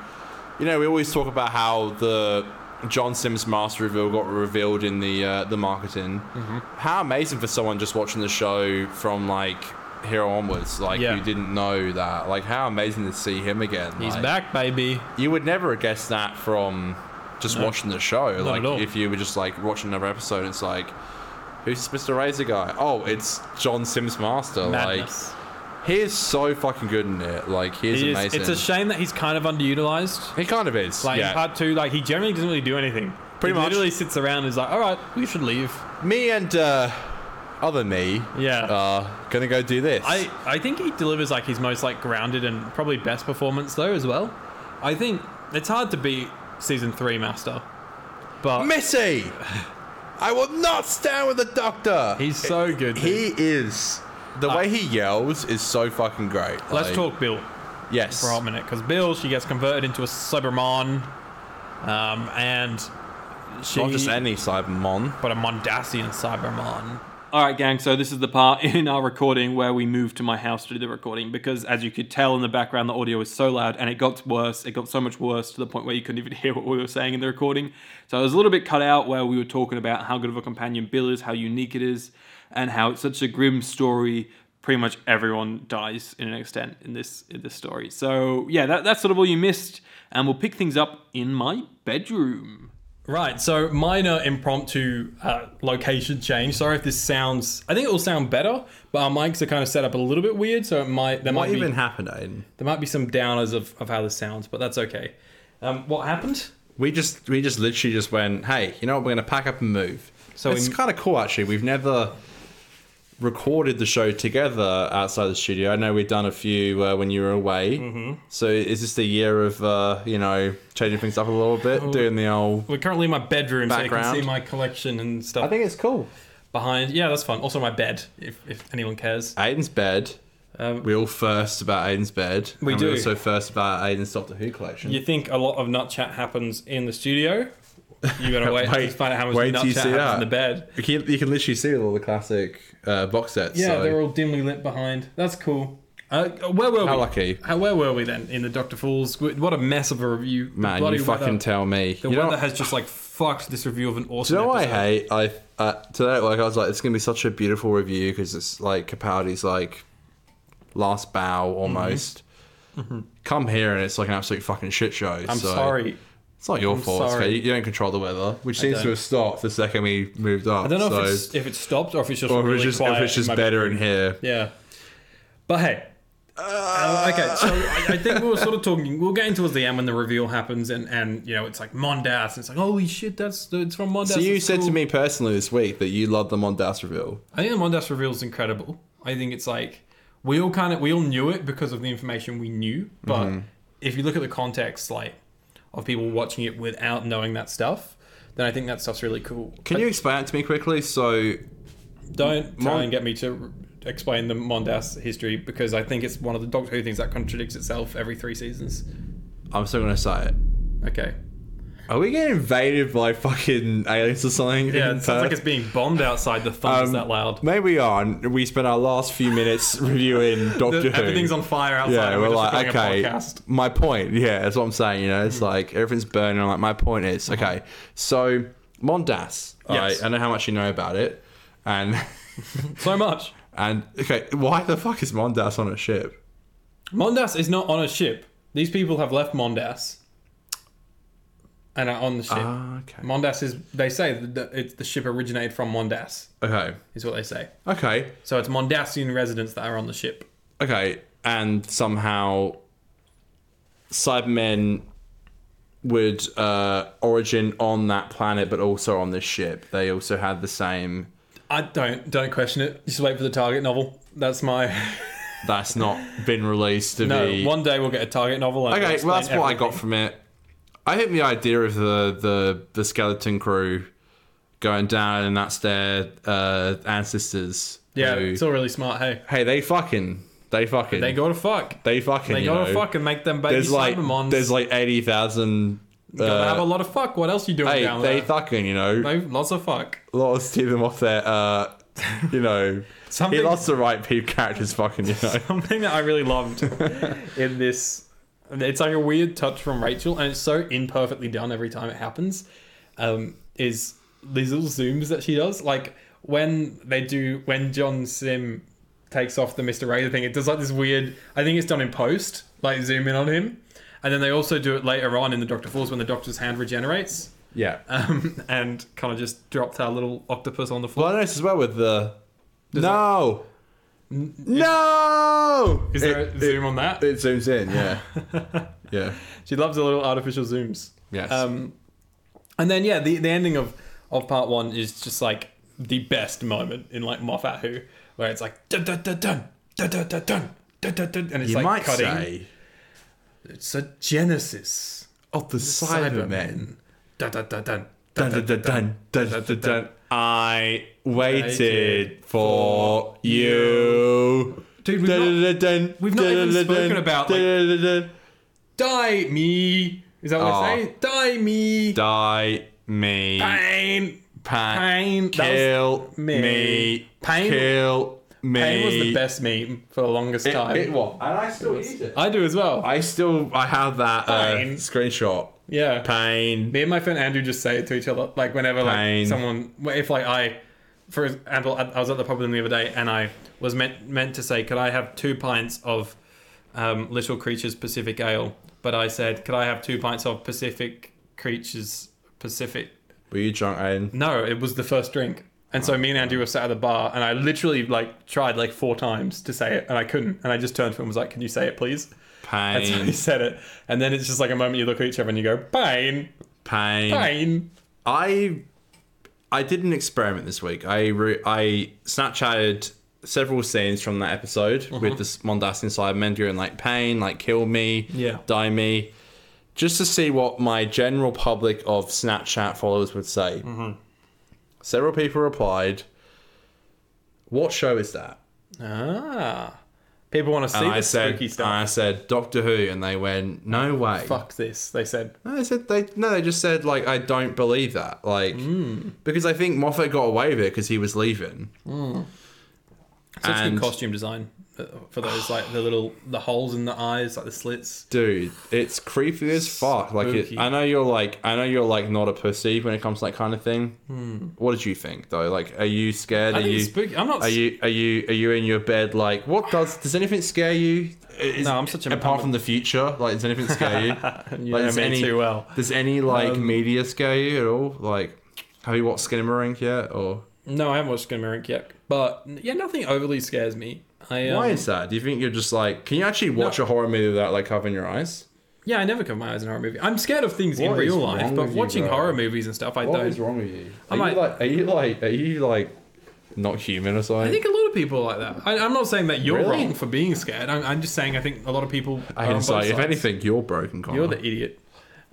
Speaker 3: know, we always talk about how the John Sims master reveal got revealed in the uh, the marketing.
Speaker 2: Mm-hmm.
Speaker 3: How amazing for someone just watching the show from like here onwards, like
Speaker 2: Yeah.
Speaker 3: you didn't know that. Like how amazing to see him again.
Speaker 2: He's
Speaker 3: like,
Speaker 2: back, baby.
Speaker 3: You would never have guessed that from just watching the show. like
Speaker 2: at all.
Speaker 3: if you were just like watching another episode, it's like. Who's this Mr. Razor guy? Oh, it's John Sims Master.
Speaker 2: Madness.
Speaker 3: Like, he is so fucking good in it. Like, he is,
Speaker 2: He is-
Speaker 3: amazing.
Speaker 2: it's a shame that he's kind of underutilized.
Speaker 3: He kind of is.
Speaker 2: Like in
Speaker 3: yeah.
Speaker 2: part two, like he generally doesn't really do anything.
Speaker 3: Pretty
Speaker 2: he
Speaker 3: much.
Speaker 2: Literally sits around and is like, "All right, we should leave."
Speaker 3: me and uh, other me
Speaker 2: Yeah.
Speaker 3: are gonna go do this.
Speaker 2: I, I think he delivers like his most like grounded and probably best performance though as well. I think it's hard to beat season three master, but
Speaker 3: Missy, I will not stand with the doctor.
Speaker 2: he's so good. dude.
Speaker 3: he is. The way he yells is so fucking great.
Speaker 2: Let's
Speaker 3: like,
Speaker 2: talk Bill
Speaker 3: Yes.
Speaker 2: for a minute because Bill she gets converted into a Cybermon, um, and she
Speaker 3: Not just any Cybermon.
Speaker 2: but a Mondasian Cybermon.
Speaker 1: All right, gang. So this is the part *laughs* in our recording where we moved to my house to do the recording because, as you could tell in the background, the audio was so loud and it got worse. It got so much worse to the point where you couldn't even *laughs* hear what we were saying in the recording. So I was a little bit cut out where we were talking about how good of a companion Bill is, how unique it is, and how it's such a grim story, pretty much everyone dies in an extent in this in this story. So yeah, that, that's sort of all you missed, and we'll pick things up in my bedroom.
Speaker 2: Right, so minor impromptu uh, location change. Sorry if this sounds. I think it will sound better, but our mics are kind of set up a little bit weird, so it might there
Speaker 3: What
Speaker 2: might be
Speaker 3: even happened, Aiden?
Speaker 2: there might be some downers of, of how this sounds, but that's okay. Um, what happened?
Speaker 3: We just we just literally just went, hey, you know what? We're gonna pack up and move. So
Speaker 2: So
Speaker 3: it's
Speaker 2: we-
Speaker 3: kind of cool actually. We've never recorded the show together outside the studio. I know we've done a few uh, when you were away. Mm-hmm. So is this the year of uh, you know changing things up a little bit, doing the old?
Speaker 2: We're currently in my bedroom, so
Speaker 3: Background.
Speaker 2: you can see my collection and stuff
Speaker 3: I think it's cool.
Speaker 2: behind. Yeah, that's fun. Also, my bed, if, if anyone cares.
Speaker 3: Aiden's bed.
Speaker 2: Um,
Speaker 3: We all first about Aiden's bed.
Speaker 2: We
Speaker 3: and
Speaker 2: do.
Speaker 3: We also first about Aiden's Doctor Who collection.
Speaker 2: You think a lot of nut chat happens in the studio? You
Speaker 3: *laughs*
Speaker 2: gotta wait,
Speaker 3: Wait-
Speaker 2: to find out how much
Speaker 3: wait
Speaker 2: nut
Speaker 3: till you
Speaker 2: chat
Speaker 3: see
Speaker 2: happens
Speaker 3: that.
Speaker 2: in the bed.
Speaker 3: You can, you can literally see all the classic uh, box sets.
Speaker 2: Yeah,
Speaker 3: so-
Speaker 2: they're all dimly lit behind. That's cool. Uh, where were
Speaker 3: How
Speaker 2: we?
Speaker 3: lucky.
Speaker 2: How, where were we then in the Doctor Fools? What a mess of a review. The
Speaker 3: man.
Speaker 2: bloody
Speaker 3: You
Speaker 2: weather-
Speaker 3: fucking tell me.
Speaker 2: The
Speaker 3: you know,
Speaker 2: weather has just like fucked this review of an
Speaker 3: do
Speaker 2: awesome.
Speaker 3: you know what I
Speaker 2: episode.
Speaker 3: hate? I uh, today like I was like, it's gonna be such a beautiful review because it's like Capaldi's like last bow
Speaker 2: Mm-hmm.
Speaker 3: almost. Come here and it's like an absolute fucking shit show.
Speaker 2: I'm
Speaker 3: so-
Speaker 2: sorry.
Speaker 3: It's not your
Speaker 2: I'm
Speaker 3: fault. It's
Speaker 2: sorry.
Speaker 3: okay. You, you don't control the weather, which seems to
Speaker 2: don't.
Speaker 3: have stopped the second we moved up.
Speaker 2: I don't know
Speaker 3: so,
Speaker 2: if it's if it stopped or if it's just
Speaker 3: or if
Speaker 2: really
Speaker 3: it's just,
Speaker 2: quiet
Speaker 3: if it's
Speaker 2: in
Speaker 3: just
Speaker 2: my-
Speaker 3: better in here.
Speaker 2: Yeah, but hey. Uh, okay, so I, I think we were sort of talking. We'll get into towards the end when the reveal happens, and and you know it's like Mondas, and it's like holy shit, that's the- it's from Mondas.
Speaker 3: So you
Speaker 2: that's
Speaker 3: said
Speaker 2: cool.
Speaker 3: to me personally this week that you loved the Mondas reveal.
Speaker 2: I think the Mondas reveal is incredible. I think it's like we all kind of we all knew it because of the information we knew, but
Speaker 3: Mm-hmm.
Speaker 2: if you look at the context, like of people watching it without knowing that stuff, then I think that stuff's really cool.
Speaker 3: Can you explain it to me quickly? So
Speaker 2: Don't try
Speaker 3: Mon-
Speaker 2: and get me to r- explain the Mondas history because I think it's one of the Doctor Who things that contradicts itself every three seasons.
Speaker 3: I'm still gonna say it.
Speaker 2: Okay.
Speaker 3: Are we getting invaded by fucking aliens or something?
Speaker 2: Yeah,
Speaker 3: in
Speaker 2: it sounds like
Speaker 3: Perth?
Speaker 2: it's being bombed outside. The thunder's
Speaker 3: Um,
Speaker 2: that loud.
Speaker 3: Maybe we are. and We spent our last few
Speaker 2: *laughs*
Speaker 3: minutes reviewing Doctor Who.
Speaker 2: Everything's on fire outside.
Speaker 3: yeah,
Speaker 2: and
Speaker 3: we're,
Speaker 2: just
Speaker 3: like,
Speaker 2: recording
Speaker 3: okay.
Speaker 2: a podcast. Hmm.
Speaker 3: My point, yeah, that's what I'm saying. You know, it's like everything's burning. Like my point is, okay, so Mondas.
Speaker 2: Yes.
Speaker 3: I, I know how much you know about it, and *laughs*
Speaker 2: So much.
Speaker 3: and okay, why the fuck is Mondas on a ship?
Speaker 2: Mondas is not on a ship. These people have left Mondas and are on the ship.
Speaker 3: Ah, okay.
Speaker 2: Mondas is, they say that the, it's the ship originated from Mondas,
Speaker 3: Okay,
Speaker 2: is what they say.
Speaker 3: okay,
Speaker 2: So it's Mondasian residents that are on the ship.
Speaker 3: okay, and somehow Cybermen would uh, origin on that planet, but also on this ship. They also had the same.
Speaker 2: I don't, don't question it. Just wait for the Target novel. That's my, *laughs*
Speaker 3: That's not been released to
Speaker 2: no,
Speaker 3: be.
Speaker 2: one day we'll get a Target novel. and I'll
Speaker 3: okay, well that's
Speaker 2: explain
Speaker 3: what I got from it. I think the idea of the the the skeleton crew going down, and that's their uh, ancestors.
Speaker 2: everything. Yeah,
Speaker 3: who-
Speaker 2: it's all really smart. Hey,
Speaker 3: hey, they fucking, they fucking,
Speaker 2: they
Speaker 3: they,
Speaker 2: go to fuck.
Speaker 3: fucking,
Speaker 2: They
Speaker 3: you
Speaker 2: gotta
Speaker 3: know.
Speaker 2: fuck and make them baby
Speaker 3: There's like
Speaker 2: Cybermons.
Speaker 3: there's like eighty thousand.
Speaker 2: gotta have a
Speaker 3: Uh,
Speaker 2: lot of fuck. What else you doing
Speaker 3: hey,
Speaker 2: down
Speaker 3: they
Speaker 2: there?
Speaker 3: fucking, you know,
Speaker 2: They- lots of fuck.
Speaker 3: lots of them off their, uh, *laughs* you know,
Speaker 2: Something-
Speaker 3: he lost the right people characters, fucking, you
Speaker 2: *laughs*
Speaker 3: know.
Speaker 2: something that I really
Speaker 3: *laughs*
Speaker 2: loved in this. It's like a weird touch from Rachel, and it's so imperfectly done every time it happens. Um, is these little zooms that she does, like when they do when John Sim takes off the Mister Razor thing, it does like this weird. I think it's done in post, like zoom in on him, and then they also do it later on in the Doctor Falls when the Doctor's hand regenerates, *laughs*
Speaker 3: Yeah.
Speaker 2: um, and kind of just drops our little octopus on the floor.
Speaker 3: Well, I noticed as well with the. no! no!
Speaker 2: Is there a zoom on that?
Speaker 3: It zooms in, yeah.
Speaker 2: *laughs*
Speaker 3: yeah.
Speaker 2: She loves the little artificial zooms.
Speaker 3: Yes.
Speaker 2: Um, and then yeah, the, the ending of, of part one is just like the best moment in like Moffat Who, where it's like dun dun dun dun dun dun dun dun dun dun, dun and it's
Speaker 3: you
Speaker 2: like
Speaker 3: might
Speaker 2: cutting.
Speaker 3: say.
Speaker 2: It's a genesis.
Speaker 3: Of the Cybermen.
Speaker 2: Dun dun dun dun.
Speaker 3: Dun, dun, dun, dun, dun, dun, dun, dun. I waited
Speaker 2: Waited
Speaker 3: for you.
Speaker 2: Dude, we've not- we've not even spoken about, like-
Speaker 3: like.
Speaker 2: Die me. Is that what I
Speaker 3: Oh.
Speaker 2: say? Die me.
Speaker 3: Die me.
Speaker 2: Pain.
Speaker 3: Pain.
Speaker 2: Pain. That was-
Speaker 3: Kill
Speaker 2: me.
Speaker 3: me.
Speaker 2: Pain-
Speaker 3: Kill me.
Speaker 2: Pain was the best meme for the longest
Speaker 3: It,
Speaker 2: time.
Speaker 3: it was. And I still use it.
Speaker 2: I do as well.
Speaker 3: I still I have that uh,
Speaker 2: Pain.
Speaker 3: screenshot.
Speaker 2: yeah.
Speaker 3: Pain.
Speaker 2: Me and my friend Andrew just say it to each other, like whenever like
Speaker 3: Pain.
Speaker 2: someone, if like I for example, I I was at the pub with them the other day, and I was meant meant to say, "Could I have two pints of um, Little Creatures Pacific Ale?" But I said, "Could I have two pints of Pacific Creatures Pacific?"
Speaker 3: Were you drunk, Aiden?
Speaker 2: No, it was the first drink. And
Speaker 3: Oh,
Speaker 2: so me and Andrew were sat at the bar, and I literally like tried like four times to say it, and I couldn't. And I just turned to him and was like, "Can you say it, please?" And so he
Speaker 3: Pain.
Speaker 2: said it, and then it's just like a moment you look at each other and you go, "Pain,
Speaker 3: Pain.
Speaker 2: pain."
Speaker 3: I I did an experiment this week. I re- I Snapchatted several scenes from that episode
Speaker 2: Mm-hmm.
Speaker 3: with this Mondas inside men doing like pain, like kill me,
Speaker 2: Yeah.
Speaker 3: die me, just to see what my general public of Snapchat followers would say.
Speaker 2: Mm-hmm.
Speaker 3: Several people replied, "What show is that?"
Speaker 2: Ah, people want to see
Speaker 3: And
Speaker 2: the
Speaker 3: I said,
Speaker 2: spooky
Speaker 3: and
Speaker 2: stuff.
Speaker 3: "I said Doctor Who," and they went, "No way."
Speaker 2: Fuck this, they said.
Speaker 3: No, they said they no. They just said like I don't believe that, like
Speaker 2: Hmm.
Speaker 3: because I think Moffat got away with it because he was leaving.
Speaker 2: Hmm. Such
Speaker 3: And-
Speaker 2: good costume design uh, for those like the little the holes in the eyes, like the slits.
Speaker 3: Dude, it's creepy as fuck. Like it,
Speaker 2: Spooky.
Speaker 3: I know you're like I know you're like not a pussy when it comes to that kind of thing. What did you think though? Like, are you scared?
Speaker 2: Hmm. I
Speaker 3: are
Speaker 2: think
Speaker 3: you
Speaker 2: it's spooky. I'm not.
Speaker 3: are you are you are you in your bed? Like, what does does anything scare you? Is-
Speaker 2: No, I'm such a-
Speaker 3: apart
Speaker 2: I'm a-
Speaker 3: from the future. Like, does
Speaker 2: *laughs*
Speaker 3: anything scare you?
Speaker 2: you
Speaker 3: like,
Speaker 2: know
Speaker 3: is
Speaker 2: me
Speaker 3: any-
Speaker 2: too well.
Speaker 3: Does any like
Speaker 2: Um,
Speaker 3: media scare you at all? Like, have you watched Skinamarink yet? Or
Speaker 2: No, I haven't watched Skimmerink yet, but yeah, nothing overly scares me. I, um,
Speaker 3: Why is that? Do you think you're just like? Can you actually watch a horror movie without like covering your eyes?
Speaker 2: Yeah, I never cover my eyes in a horror movie. I'm scared of things in
Speaker 3: What is
Speaker 2: real
Speaker 3: wrong
Speaker 2: life, but
Speaker 3: with you,
Speaker 2: watching
Speaker 3: bro?
Speaker 2: horror movies and stuff, I
Speaker 3: What
Speaker 2: don't.
Speaker 3: is wrong with you? Are
Speaker 2: I'm
Speaker 3: you
Speaker 2: like-
Speaker 3: like? Are you like? Are you like? Not human or something?
Speaker 2: I think a lot of people are like that. I, I'm not saying that you're
Speaker 3: Really?
Speaker 2: wrong for being scared. I'm, I'm just saying I think a lot of people.
Speaker 3: I
Speaker 2: are on
Speaker 3: can
Speaker 2: both
Speaker 3: say, if
Speaker 2: sides.
Speaker 3: anything, you're broken. Connor.
Speaker 2: you're the idiot.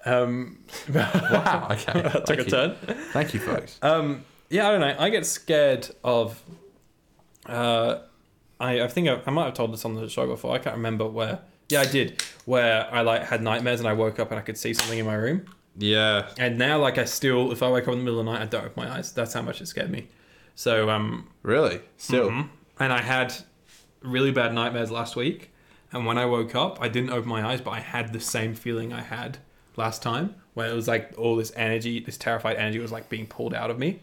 Speaker 2: Um, *laughs*
Speaker 3: wow. *laughs* Okay.
Speaker 2: that *laughs* took
Speaker 3: Thank
Speaker 2: a
Speaker 3: you.
Speaker 2: turn.
Speaker 3: Thank you, folks.
Speaker 2: Um, yeah, I don't know. I get scared of. Uh, I, I think I, I might have told this on the show before. I can't remember where. Yeah, I did. Where I like had nightmares and I woke up and I could see something in my room.
Speaker 3: yeah.
Speaker 2: And now, like, I still, if I wake up in the middle of the night, I don't open my eyes. That's how much it scared me. So, um,
Speaker 3: Really? Still.
Speaker 2: and I had really bad nightmares last week. And when I woke up, I didn't open my eyes, but I had the same feeling I had last time, where it was like all this energy, this terrified energy was like being pulled out of me.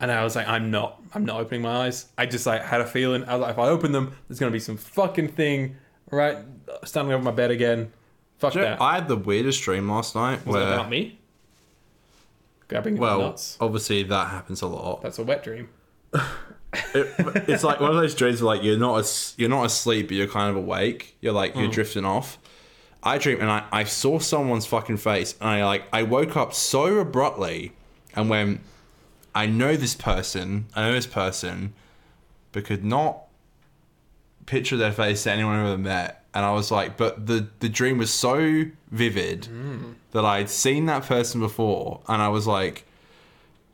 Speaker 2: And I was like, I'm not, I'm not opening my eyes. I just like had a feeling. I was like, if I open them, there's gonna be some fucking thing right standing over my bed again. Fuck
Speaker 3: Do you know,
Speaker 2: that.
Speaker 3: I had the weirdest dream last night
Speaker 2: was it
Speaker 3: where.
Speaker 2: about me grabbing my
Speaker 3: well,
Speaker 2: nuts.
Speaker 3: obviously that happens a lot.
Speaker 2: That's a wet dream.
Speaker 3: It, it's like one of those dreams where like you're not as you're not asleep, but you're kind of awake. You're like you're drifting off. I dream and I, I saw someone's fucking face, and I like I woke up so abruptly, and went, I know this person, I know this person, but could not picture their face to anyone I've ever met. And I was like, but the the dream was so vivid
Speaker 2: Hmm.
Speaker 3: that I'd seen that person before, and I was like.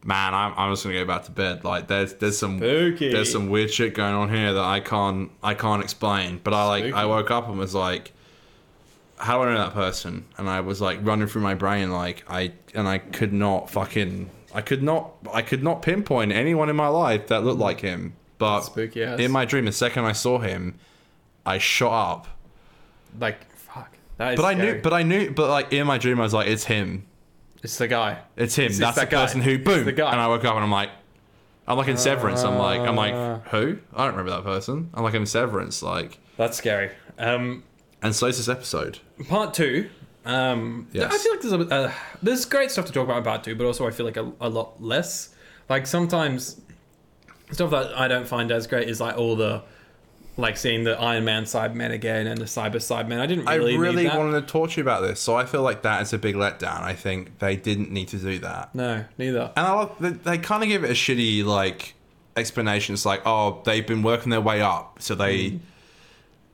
Speaker 3: Man, I'm, I'm just gonna go back to bed. Like, there's there's some
Speaker 2: Spooky.
Speaker 3: there's some weird shit going on here that I can't I can't explain. But I like I
Speaker 2: Spooky.
Speaker 3: woke up and was like, how do I know that person? And I was like running through my brain, like I and I could not fucking, I could not, I could not pinpoint anyone in my life that looked like him. But
Speaker 2: Spooky ass.
Speaker 3: in my dream, the second I saw him, I shot up.
Speaker 2: Like fuck. That is
Speaker 3: But I
Speaker 2: scary.
Speaker 3: knew, but I knew, but like in my dream, I was like, it's him,
Speaker 2: it's the guy.
Speaker 3: it's him.
Speaker 2: It's
Speaker 3: That's
Speaker 2: that
Speaker 3: the
Speaker 2: guy.
Speaker 3: person who boom.
Speaker 2: the guy.
Speaker 3: And I woke up and I'm like, I'm like in Severance. I'm like, I'm
Speaker 2: Uh.
Speaker 3: like who? I don't remember that person. I'm like in Severance, like.
Speaker 2: That's scary. Um,
Speaker 3: And so is this episode.
Speaker 2: part two. Um,
Speaker 3: Yes.
Speaker 2: I feel like there's a, uh, there's great stuff to talk about in part two, but also I feel like a, a lot less. Like sometimes stuff that I don't find as great is like all the like seeing the Iron Man Cybermen again and the Cyber Cybermen. I didn't
Speaker 3: I
Speaker 2: really,
Speaker 3: really,
Speaker 2: need that.
Speaker 3: wanted to talk to you about this, so I feel like that is a big letdown. I think they didn't need to do that.
Speaker 2: No, neither.
Speaker 3: And I love they, they kind of give it a shitty like explanation. It's like, oh, they've been working their way up, so they
Speaker 2: Mm.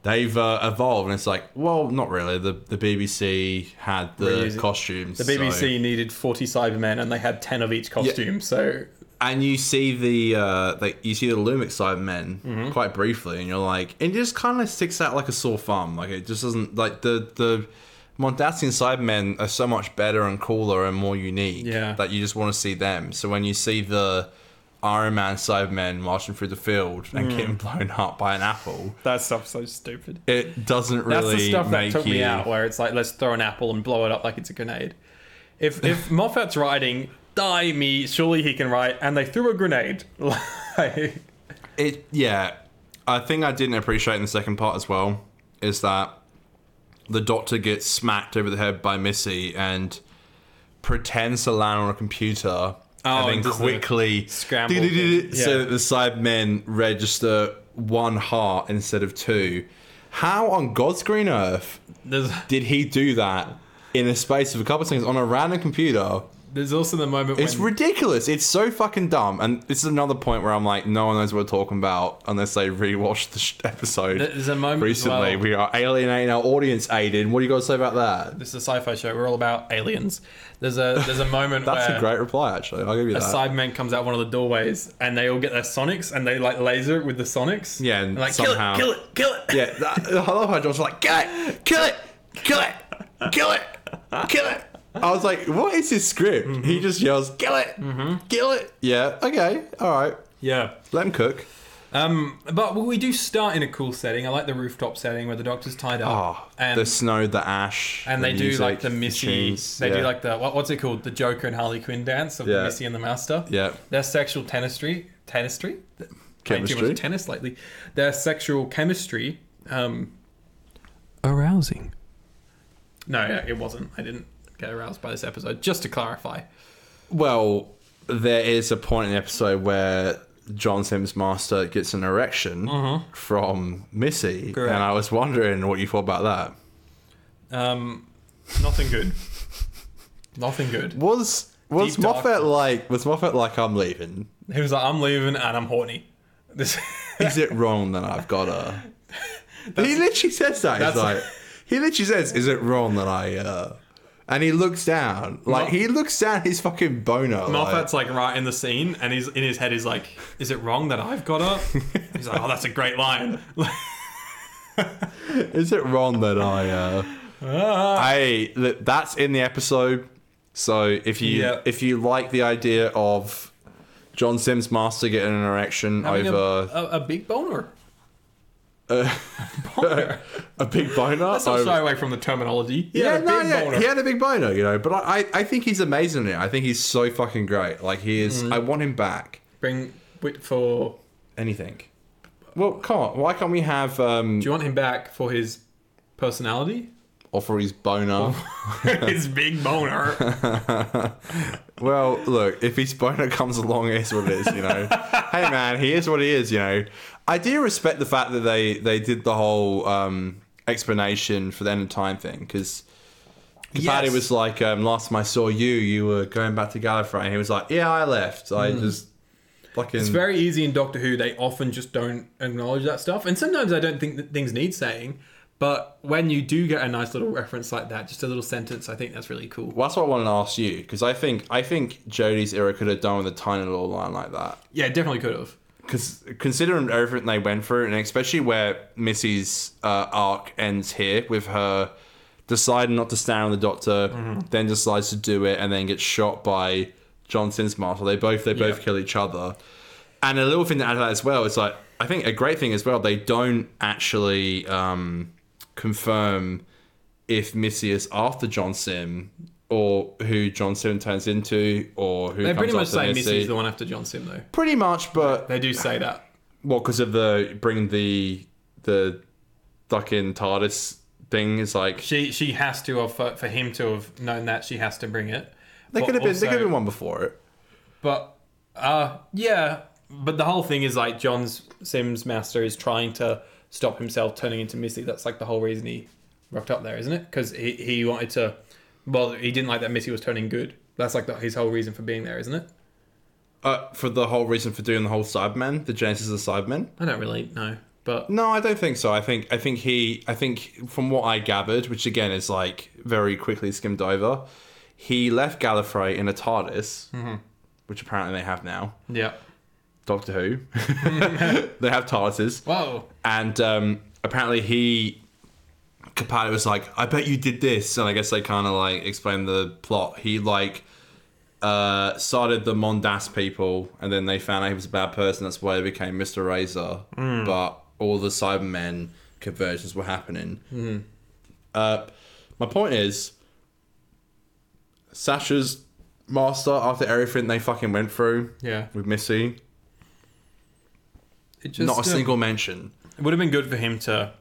Speaker 3: they've uh, evolved. And it's like, well, not really. The the BBC had the
Speaker 2: Reusing-
Speaker 3: costumes.
Speaker 2: The BBC
Speaker 3: so-
Speaker 2: needed 40 Cybermen and they had 10 of each costume, so
Speaker 3: and you see the uh, like you see the Lumix Cybermen
Speaker 2: Mm-hmm.
Speaker 3: men quite briefly, and you're like, it just kind of sticks out like a sore thumb. Like it just doesn't like the the Mondasian Cybermen are so much better and cooler and more unique
Speaker 2: Yeah.
Speaker 3: that you just want to see them. So when you see the Iron Man Cybermen marching through the field and
Speaker 2: Mm.
Speaker 3: getting blown up by an apple,
Speaker 2: that stuff's so stupid.
Speaker 3: it doesn't
Speaker 2: That's
Speaker 3: really
Speaker 2: the stuff that
Speaker 3: make
Speaker 2: took
Speaker 3: you.
Speaker 2: *laughs* me out, where it's like, let's throw an apple and blow it up like it's a grenade. If if Moffat's writing die me. Surely he can write. And they threw a grenade. *laughs* Like,
Speaker 3: It yeah, I think I didn't appreciate in the second part as well is that the Doctor gets smacked over the head by Missy and pretends to land on a computer
Speaker 2: Oh,
Speaker 3: and
Speaker 2: and
Speaker 3: then
Speaker 2: does the
Speaker 3: quickly
Speaker 2: scramble
Speaker 3: do-do-do-do,
Speaker 2: thing.
Speaker 3: so
Speaker 2: Yeah.
Speaker 3: that the Cybermen register one heart instead of two. How on God's green earth
Speaker 2: there's
Speaker 3: did he do that in a space of a couple of seconds on a random computer?
Speaker 2: there's also the moment
Speaker 3: It's
Speaker 2: when
Speaker 3: ridiculous. It's so fucking dumb. And this is another point where I'm like, no one knows what we're talking about unless they rewatch the sh- episode.
Speaker 2: there's a moment as
Speaker 3: Recently,
Speaker 2: well-
Speaker 3: we are alienating our audience, Aiden. What do you got to say about that?
Speaker 2: this is a sci-fi show. We're all about aliens. There's a there's a moment
Speaker 3: *laughs* That's
Speaker 2: where
Speaker 3: a great reply, actually. I'll give you
Speaker 2: a
Speaker 3: that.
Speaker 2: Cyberman comes out one of the doorways, and they all get their Sonics, and they like laser it with the Sonics.
Speaker 3: Yeah, and
Speaker 2: like
Speaker 3: somehow-
Speaker 2: kill it, kill it, kill it.
Speaker 3: yeah, that, I love how John's like, kill it, kill it, kill it, kill it, kill it. I was like, what is his script?
Speaker 2: Mm-hmm.
Speaker 3: He just yells, kill it, kill it. Yeah, okay, all right.
Speaker 2: Yeah.
Speaker 3: Let him cook.
Speaker 2: Um, but we do start in a cool setting. I like the rooftop setting where the doctor's tied up,
Speaker 3: Oh,
Speaker 2: and
Speaker 3: the snow, the ash,
Speaker 2: and
Speaker 3: the
Speaker 2: they
Speaker 3: music,
Speaker 2: do like the Missy.
Speaker 3: tunes.
Speaker 2: they
Speaker 3: Yeah.
Speaker 2: do like the what, what's it called? The Joker and Harley Quinn dance of
Speaker 3: Yeah.
Speaker 2: the Missy and the Master.
Speaker 3: Yeah.
Speaker 2: Their sexual tenistry, tenistry, Playing too
Speaker 3: Chemistry.
Speaker 2: much tennis lately. Their sexual chemistry. Um, arousing. No, yeah, it wasn't. I didn't get aroused by this episode. Just to clarify.
Speaker 3: Well, there is a point in the episode where John Sims' master gets an erection from Missy,
Speaker 2: Mm-hmm. Correct.
Speaker 3: and I was wondering what you thought about that.
Speaker 2: Um, nothing good. *laughs* nothing good.
Speaker 3: Was was
Speaker 2: Deep dark.
Speaker 3: Moffat like was Moffat like I'm leaving?
Speaker 2: He was like, "I'm leaving and I'm horny." This.
Speaker 3: Is it wrong that I've
Speaker 2: *laughs*
Speaker 3: got a? he literally says that. He's
Speaker 2: that's-
Speaker 3: like, he literally says, "Is it wrong that I?" Uh, and he looks down, like
Speaker 2: Mo-
Speaker 3: he looks down his fucking boner. like,
Speaker 2: Moffat's like right in the scene, and he's in his head. He's like, "Is it wrong that I've got up?" he's like, "Oh, that's a great line." *laughs*
Speaker 3: Is it wrong that I? Uh,
Speaker 2: Ah.
Speaker 3: I th- that's in the episode. So if you
Speaker 2: Yeah.
Speaker 3: if you like the idea of John Sims' master getting an erection
Speaker 2: Having a,
Speaker 3: over
Speaker 2: a, a big boner.
Speaker 3: Uh,
Speaker 2: *laughs*
Speaker 3: a, big boner,
Speaker 2: Let's not
Speaker 3: over-
Speaker 2: shy away from the terminology. He
Speaker 3: yeah,
Speaker 2: had a
Speaker 3: no,
Speaker 2: big
Speaker 3: yeah,
Speaker 2: boner.
Speaker 3: he had a big boner, you know. But I, I, I think he's amazing in it. I think he's so fucking great. Like he is.
Speaker 2: Mm-hmm.
Speaker 3: I want him back.
Speaker 2: Bring Whit for.
Speaker 3: Anything. Well, come on. Why can't we have um
Speaker 2: Do you want him back for his
Speaker 3: *laughs*
Speaker 2: personality?
Speaker 3: offer his boner?
Speaker 2: Oh. his big boner.
Speaker 3: Well, look, if his boner comes along, it is what it is, you
Speaker 2: *laughs*
Speaker 3: know. hey, man, he is what he is, you know. I do respect the fact that they they did the whole um, explanation for the end of time thing because Capaldi
Speaker 2: Yes.
Speaker 3: was like, um, last time I saw you, you were going back to Gallifrey, and he was like, yeah, I left. I just fucking.
Speaker 2: Mm. It's very easy in Doctor Who. They often just don't acknowledge that stuff, and sometimes I don't think that things need saying. But when you do get a nice little reference like that, just a little sentence, I think that's really cool.
Speaker 3: well, that's what I wanted to ask you because I think I think Jodie's era could have done with a tiny little line like that.
Speaker 2: Yeah, definitely could have.
Speaker 3: because considering everything they went through, and especially where Missy's uh, arc ends here with her deciding not to stand on the Doctor,
Speaker 2: Mm-hmm.
Speaker 3: then decides to do it, and then gets shot by John Sinsmar. So they both they both
Speaker 2: Yeah.
Speaker 3: kill each other. And a little thing to add to that as well is like I think a great thing as well they don't actually um, confirm if Missy is after John Sim or who John Sim turns into or who
Speaker 2: They
Speaker 3: comes
Speaker 2: pretty much
Speaker 3: after
Speaker 2: say
Speaker 3: Missy.
Speaker 2: Missy's the one after John Sim, though.
Speaker 3: Pretty much, but
Speaker 2: They do say that.
Speaker 3: well, because of the bringing the the fucking TARDIS thing is like
Speaker 2: She she has to have for, for him to have known that she has to bring it.
Speaker 3: they
Speaker 2: But
Speaker 3: could have been
Speaker 2: also-
Speaker 3: they could have been one before it.
Speaker 2: But uh, yeah, but the whole thing is like John's Sims master is trying to stop himself turning into Missy. That's like the whole reason he rocked up there, isn't it? Because he, he wanted to. Well, he didn't like that Missy was turning good. That's like the, his whole reason for being there, isn't it?
Speaker 3: Uh, for the whole reason for doing the whole Cybermen, the Genesis of the Cybermen.
Speaker 2: I don't really know, but
Speaker 3: No, I don't think so. I think I think he I think from what I gathered, which again is like very quickly skimmed over, he left Gallifrey in a TARDIS, which apparently they have now.
Speaker 2: yeah.
Speaker 3: Doctor Who, *laughs* they have TARDISes.
Speaker 2: Whoa.
Speaker 3: And um, apparently he, Capaldi was like, I bet you did this. And I guess they kind of like explained the plot. He like uh, started the Mondas people and then they found out he was a bad person. That's why he became Mr. Razor. But all the Cybermen conversions were happening. Uh, my point is, Sasha's master after everything they fucking went through
Speaker 2: Yeah.
Speaker 3: with Missy.
Speaker 2: It just,
Speaker 3: Not a
Speaker 2: um,
Speaker 3: single mention.
Speaker 2: It would have been good for him to,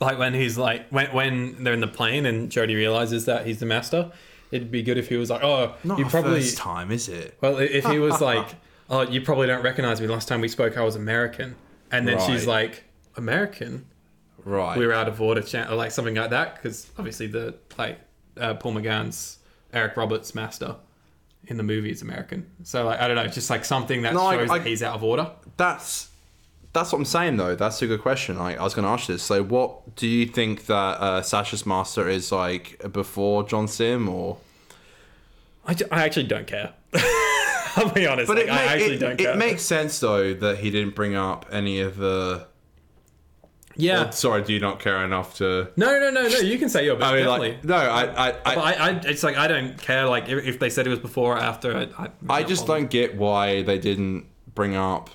Speaker 2: like when he's like when when they're in the plane and Jody realizes that he's the master. It'd be good if he was like, oh,
Speaker 3: Not
Speaker 2: you
Speaker 3: a
Speaker 2: probably.
Speaker 3: first time, is it?
Speaker 2: Well, i- if he
Speaker 3: *laughs*
Speaker 2: was like, oh, you probably don't recognize me. Last time we spoke, I was American, and then she's
Speaker 3: Right.
Speaker 2: like, American.
Speaker 3: Right.
Speaker 2: we were out of order, chan- or like something like that, because obviously the like uh, Paul McGann's Eric Roberts master in the movie is American. So like I don't know, just like something that
Speaker 3: No, I-
Speaker 2: shows
Speaker 3: I-
Speaker 2: that he's out of order.
Speaker 3: that's that's what I'm saying though. That's a good question. Like I was going to ask you this. So, what do you think that uh, Sasha's master is like before John Sim or?
Speaker 2: I, ju- I actually don't care. *laughs* I'll be honest, like, I
Speaker 3: ma-
Speaker 2: actually
Speaker 3: it,
Speaker 2: don't
Speaker 3: it
Speaker 2: care.
Speaker 3: makes sense though that he didn't bring up any of the.
Speaker 2: yeah.
Speaker 3: Oh, sorry, do you not care enough to?
Speaker 2: no, no, no, no. You can say your best,
Speaker 3: I mean,
Speaker 2: definitely.
Speaker 3: like no, I, I,
Speaker 2: but
Speaker 3: I,
Speaker 2: I, I, it's like I don't care. Like if, if they said it was before or after, I, I,
Speaker 3: I just don't get why they didn't bring up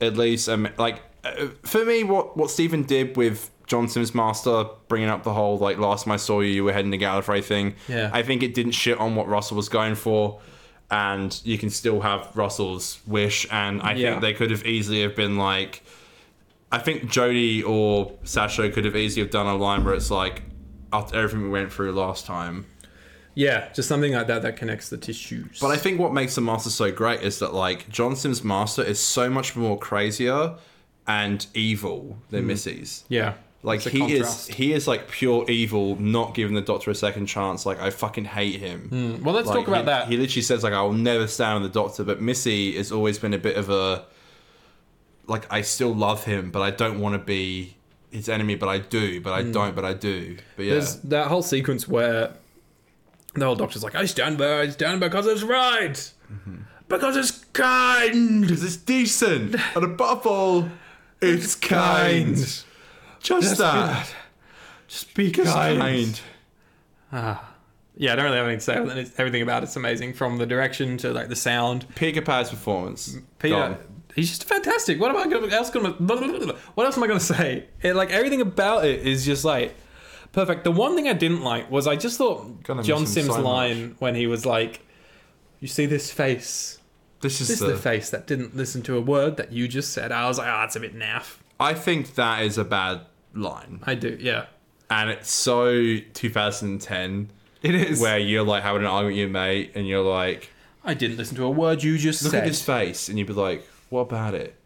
Speaker 3: at least um, like uh, for me what what Stephen did with John Sims Master bringing up the whole like last time I saw you you were heading to Gallifrey thing.
Speaker 2: Yeah.
Speaker 3: I think it didn't shit on what Russell was going for. And you can still have Russell's wish, and I
Speaker 2: Yeah.
Speaker 3: think they could have easily have been like, I think Jody or Sasha could have easily have done a line where it's like, after everything we went through last time,
Speaker 2: Yeah, just something like that that connects the tissues.
Speaker 3: But I think what makes the master so great is that like John Sim's master is so much more crazier and evil than Missy's.
Speaker 2: Hmm. yeah,
Speaker 3: Like
Speaker 2: it's a
Speaker 3: he
Speaker 2: contrast.
Speaker 3: is he is like pure evil, not giving the Doctor a second chance. Like I fucking hate him.
Speaker 2: Well, let's
Speaker 3: Like,
Speaker 2: Hmm. talk about
Speaker 3: he,
Speaker 2: that.
Speaker 3: He literally says like I will never stand with the Doctor, but Missy has always been a bit of a like I still love him, but I don't want to be his enemy, but I do, but I don't, but I do. But yeah.
Speaker 2: Hmm. There's that whole sequence where the whole doctor's like, I stand by, I stand because it's right.
Speaker 3: Mm-hmm.
Speaker 2: Because it's kind.
Speaker 3: because it's *laughs* decent, and above all, it's kind. Just that. Just be kind.
Speaker 2: Yeah, I don't really have anything to say. other than it's- Everything about it's amazing from the direction to like the sound.
Speaker 3: Peter Pan's performance.
Speaker 2: Peter,
Speaker 3: Done.
Speaker 2: he's just fantastic. What am I gonna, else gonna? What else am I gonna say? It, like everything about it is just like perfect. The one thing I didn't like was I just thought
Speaker 3: Gonna miss
Speaker 2: John
Speaker 3: him
Speaker 2: Sims'
Speaker 3: so much.
Speaker 2: line when he was like, "You see this face."
Speaker 3: This is
Speaker 2: This
Speaker 3: the.
Speaker 2: is the face that didn't listen to a word that you just said. I was like, oh, it's a bit naff.
Speaker 3: I think that is a bad line,
Speaker 2: I do, yeah.
Speaker 3: and it's so 2010
Speaker 2: It is.
Speaker 3: where you're like having an argument with your mate, and you're like,
Speaker 2: I didn't listen to a word you just
Speaker 3: look
Speaker 2: said.
Speaker 3: at his face, and you'd be like, what about it?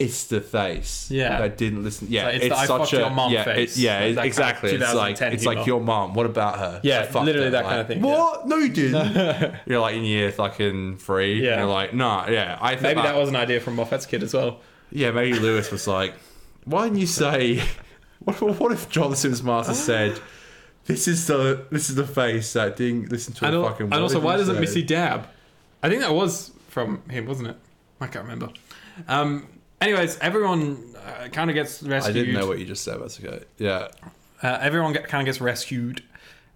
Speaker 3: It's the face.
Speaker 2: Yeah.
Speaker 3: I didn't listen. Yeah,
Speaker 2: Like, it's
Speaker 3: it's,
Speaker 2: the I fucked
Speaker 3: such a
Speaker 2: your mum
Speaker 3: yeah,
Speaker 2: face.
Speaker 3: it- yeah,
Speaker 2: Like that kind of
Speaker 3: exactly. It's like
Speaker 2: 2010
Speaker 3: it's
Speaker 2: humor.
Speaker 3: like your mum. What about her?
Speaker 2: Yeah,
Speaker 3: I fucked
Speaker 2: literally
Speaker 3: her.
Speaker 2: that kind
Speaker 3: Like,
Speaker 2: of thing,
Speaker 3: What? No,
Speaker 2: *laughs*
Speaker 3: you didn't. you're like in year fucking three.
Speaker 2: Yeah.
Speaker 3: and you're like, nah, yeah. I think
Speaker 2: Maybe that was an idea from Moffat's kid as well.
Speaker 3: Yeah, maybe Lewis was like, why didn't you say? *laughs* What, what if
Speaker 2: *gasps*
Speaker 3: Johnson's master said? This is the this is the face that didn't listen to a
Speaker 2: And, al-
Speaker 3: fucking.
Speaker 2: and
Speaker 3: word
Speaker 2: also,
Speaker 3: you
Speaker 2: why doesn't
Speaker 3: said."
Speaker 2: Missy dab? I think that was from him, wasn't it? I can't remember. Um, anyways, everyone uh, kind of gets
Speaker 3: I
Speaker 2: rescued.
Speaker 3: didn't know what you just said. That's okay. Yeah,
Speaker 2: uh, everyone get, kind of gets rescued,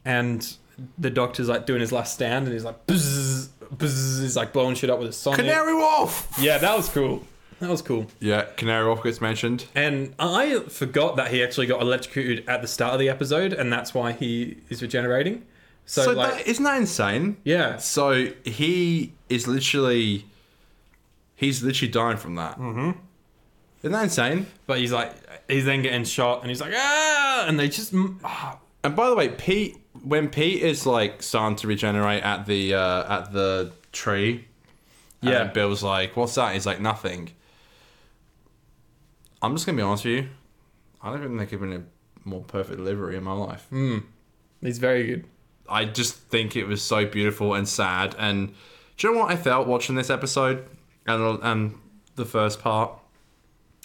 Speaker 2: and the doctor's like doing his last stand, and he's like, buzz, buzz, he's like blowing shit up with his sonic.
Speaker 3: Canary Wharf.
Speaker 2: Yeah, that was cool. That was cool.
Speaker 3: Yeah, Canary Wharf gets mentioned.
Speaker 2: And I forgot that he actually got electrocuted at the start of the episode, and that's why he is regenerating. So,
Speaker 3: So,
Speaker 2: like,
Speaker 3: that, isn't that insane?
Speaker 2: yeah,
Speaker 3: So he is literally, he's literally dying from that. Mm-hmm. Isn't that insane?
Speaker 2: but he's like, he's then getting shot, and he's like, ah, and they just, mm, ah.
Speaker 3: And by the way, Pete, when Pete is like starting to regenerate at the uh, at the tree, and
Speaker 2: Yeah.
Speaker 3: then Bill's like, "What's that?" He's like, "Nothing." I'm just gonna be honest with you. I don't think they've given a more perfect delivery in my life.
Speaker 2: he's very good.
Speaker 3: I just think it was so beautiful and sad. And do you know what I felt watching this episode and and the first part?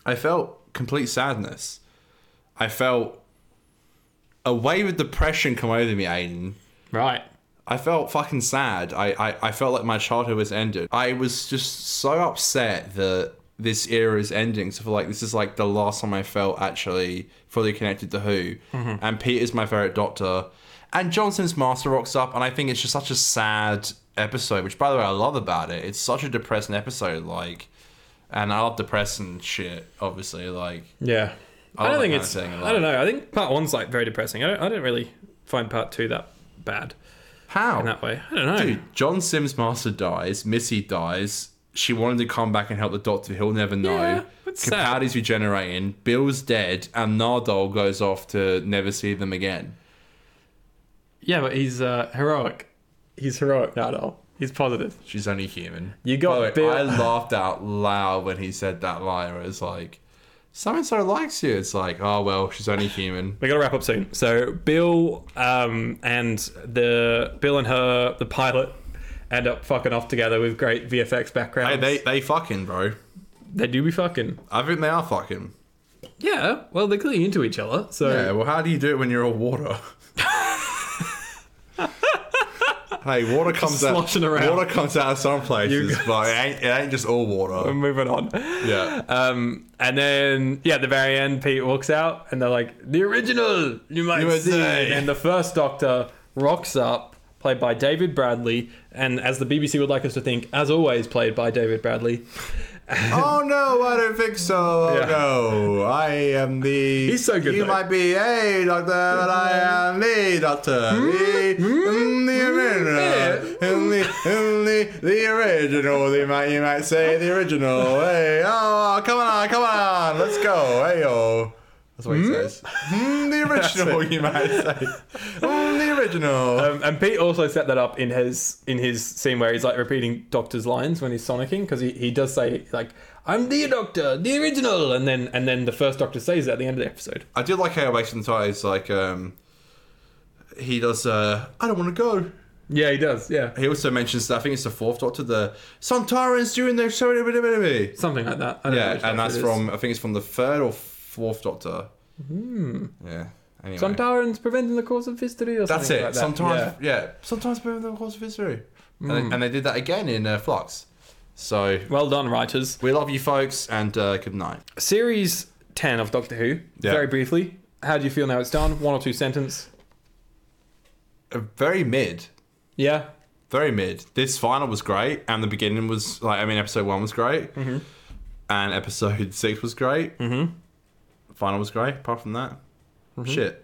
Speaker 3: I felt complete sadness. I felt a wave of depression come over me, Aiden.
Speaker 2: Right.
Speaker 3: I felt fucking sad. I, I, I felt like my childhood was ended. I was just so upset that this era is ending. So I feel like this is like the last time I felt actually fully connected to Who. And Pete is my favorite Doctor. And Johnson's Master rocks up, and I think it's just such a sad episode. Which, by the way, I love about it. It's such a depressing episode. Like, and I love depressing shit. Obviously, like
Speaker 2: Yeah. I,
Speaker 3: I love
Speaker 2: don't think
Speaker 3: that
Speaker 2: it's,
Speaker 3: kind of thing a
Speaker 2: I don't know. I think part one's like very depressing. I don't, I don't really find part two that bad.
Speaker 3: How?
Speaker 2: in that way. I don't know.
Speaker 3: Dude, John Sims' master dies. Missy dies. She wanted to come back and help the Doctor. He'll never know.
Speaker 2: Yeah, that's sad.
Speaker 3: Capaldi's regenerating. Bill's dead, and Nardole goes off to never see them again.
Speaker 2: Yeah, but he's uh, heroic. He's heroic, Nardole. He's positive.
Speaker 3: She's only human.
Speaker 2: You got
Speaker 3: By the way,
Speaker 2: Bill-
Speaker 3: I laughed out loud when he said that line. Where it's like, so and so likes you. It's like, oh well, she's only human.
Speaker 2: We got to wrap up soon. So Bill um, and the Bill and her, the pilot, end up fucking off together with great VFX backgrounds.
Speaker 3: Hey, they they fucking bro.
Speaker 2: they do be fucking.
Speaker 3: I think they are fucking.
Speaker 2: Yeah, well they're clearly into each other. So
Speaker 3: Yeah. Well, how do you do it when you're all water? *laughs* hey, water comes out.
Speaker 2: sloshing around.
Speaker 3: Water comes out of some places, but it ain't, it ain't just all water.
Speaker 2: we're *laughs* moving on.
Speaker 3: yeah.
Speaker 2: Um, and then yeah, at the very end, Pete walks out, and they're like the original. You might
Speaker 3: You might
Speaker 2: say.
Speaker 3: say.
Speaker 2: And the first Doctor rocks up, played by David Bradley, and as the BBC would like us to think, as always, played by David Bradley.
Speaker 3: oh no, I don't think so. Oh
Speaker 2: Yeah.
Speaker 3: no, I am the.
Speaker 2: He's so good,
Speaker 3: You
Speaker 2: though.
Speaker 3: might be a doctor, but I am the doctor.
Speaker 2: Hmm?
Speaker 3: The, mm, the original, and the, and the, the original. The, you might, you might say the original. Hey, oh, come on, come on, let's go. Hey, oh. That's
Speaker 2: Hmm?
Speaker 3: what he says.
Speaker 2: *laughs*
Speaker 3: Mm, the original, you might say. Mm, the original.
Speaker 2: Um, and Pete also set that up in his in his scene where he's like repeating Doctor's lines when he's sonicking because he, he does say like I'm the Doctor, the original, and then and then the first Doctor says it at the end of the episode.
Speaker 3: I did like how Waste and Ties, like, um, he does, uh, I don't want to go.
Speaker 2: Yeah, he does. Yeah,
Speaker 3: He also mentions, I think it's the fourth Doctor, the Santarans doing their show. blah, blah, blah, blah."
Speaker 2: something like that. I don't know
Speaker 3: Yeah,
Speaker 2: which Doctor
Speaker 3: and that's
Speaker 2: it is.
Speaker 3: from, I think it's from the third or fourth Doctor. Hmm. Yeah. Anyway.
Speaker 2: Sontarans preventing the course of history or
Speaker 3: that's
Speaker 2: something
Speaker 3: it.
Speaker 2: like that. Hmm.
Speaker 3: Sometimes, yeah. Sometimes we're in the course of history. And, they, and they did that again in uh, Flux. So,
Speaker 2: Yeah. Well done, writers.
Speaker 3: we love you folks, and uh, good night.
Speaker 2: Series ten of Doctor Who.
Speaker 3: Yeah.
Speaker 2: Very briefly, how do you feel now it's done? One or two sentence.
Speaker 3: Uh, very mid.
Speaker 2: Yeah.
Speaker 3: very mid. This final was great, and the beginning was like I mean, episode one was great,
Speaker 2: Mm-hmm.
Speaker 3: and episode six was great. Mm-hmm. Final was great. Apart from that,
Speaker 2: *laughs*
Speaker 3: shit.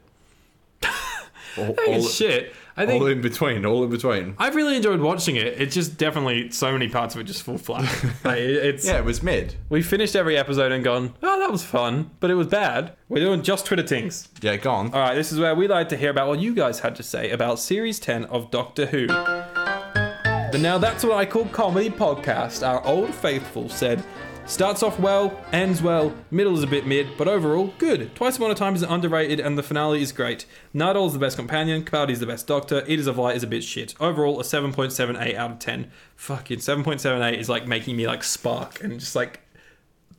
Speaker 3: all,
Speaker 2: I think
Speaker 3: all,
Speaker 2: it's Mm-hmm. shit. I think
Speaker 3: all in between. All in between.
Speaker 2: I've really enjoyed watching it. It's just definitely so many parts of it just fall
Speaker 3: *laughs*
Speaker 2: flat. like, it- it's
Speaker 3: Yeah, it was mid.
Speaker 2: we finished every episode and gone, oh that was fun, but it was bad. We're doing just Twitter things.
Speaker 3: Yeah, gone.
Speaker 2: All right, this is where we like to hear about what you guys had to say about series ten of Doctor Who. The Now That's What I Call Comedy podcast, our old faithful said, starts off well, ends well, middle is a bit mid, but overall, good. Twice Upon a Time is underrated, and the finale is great. Nardole is the best companion, Capaldi is the best doctor, Eaters of Light is a bit shit. Overall, a 7.78 out of 10. Fucking 7.78 is like making me like spark and just like.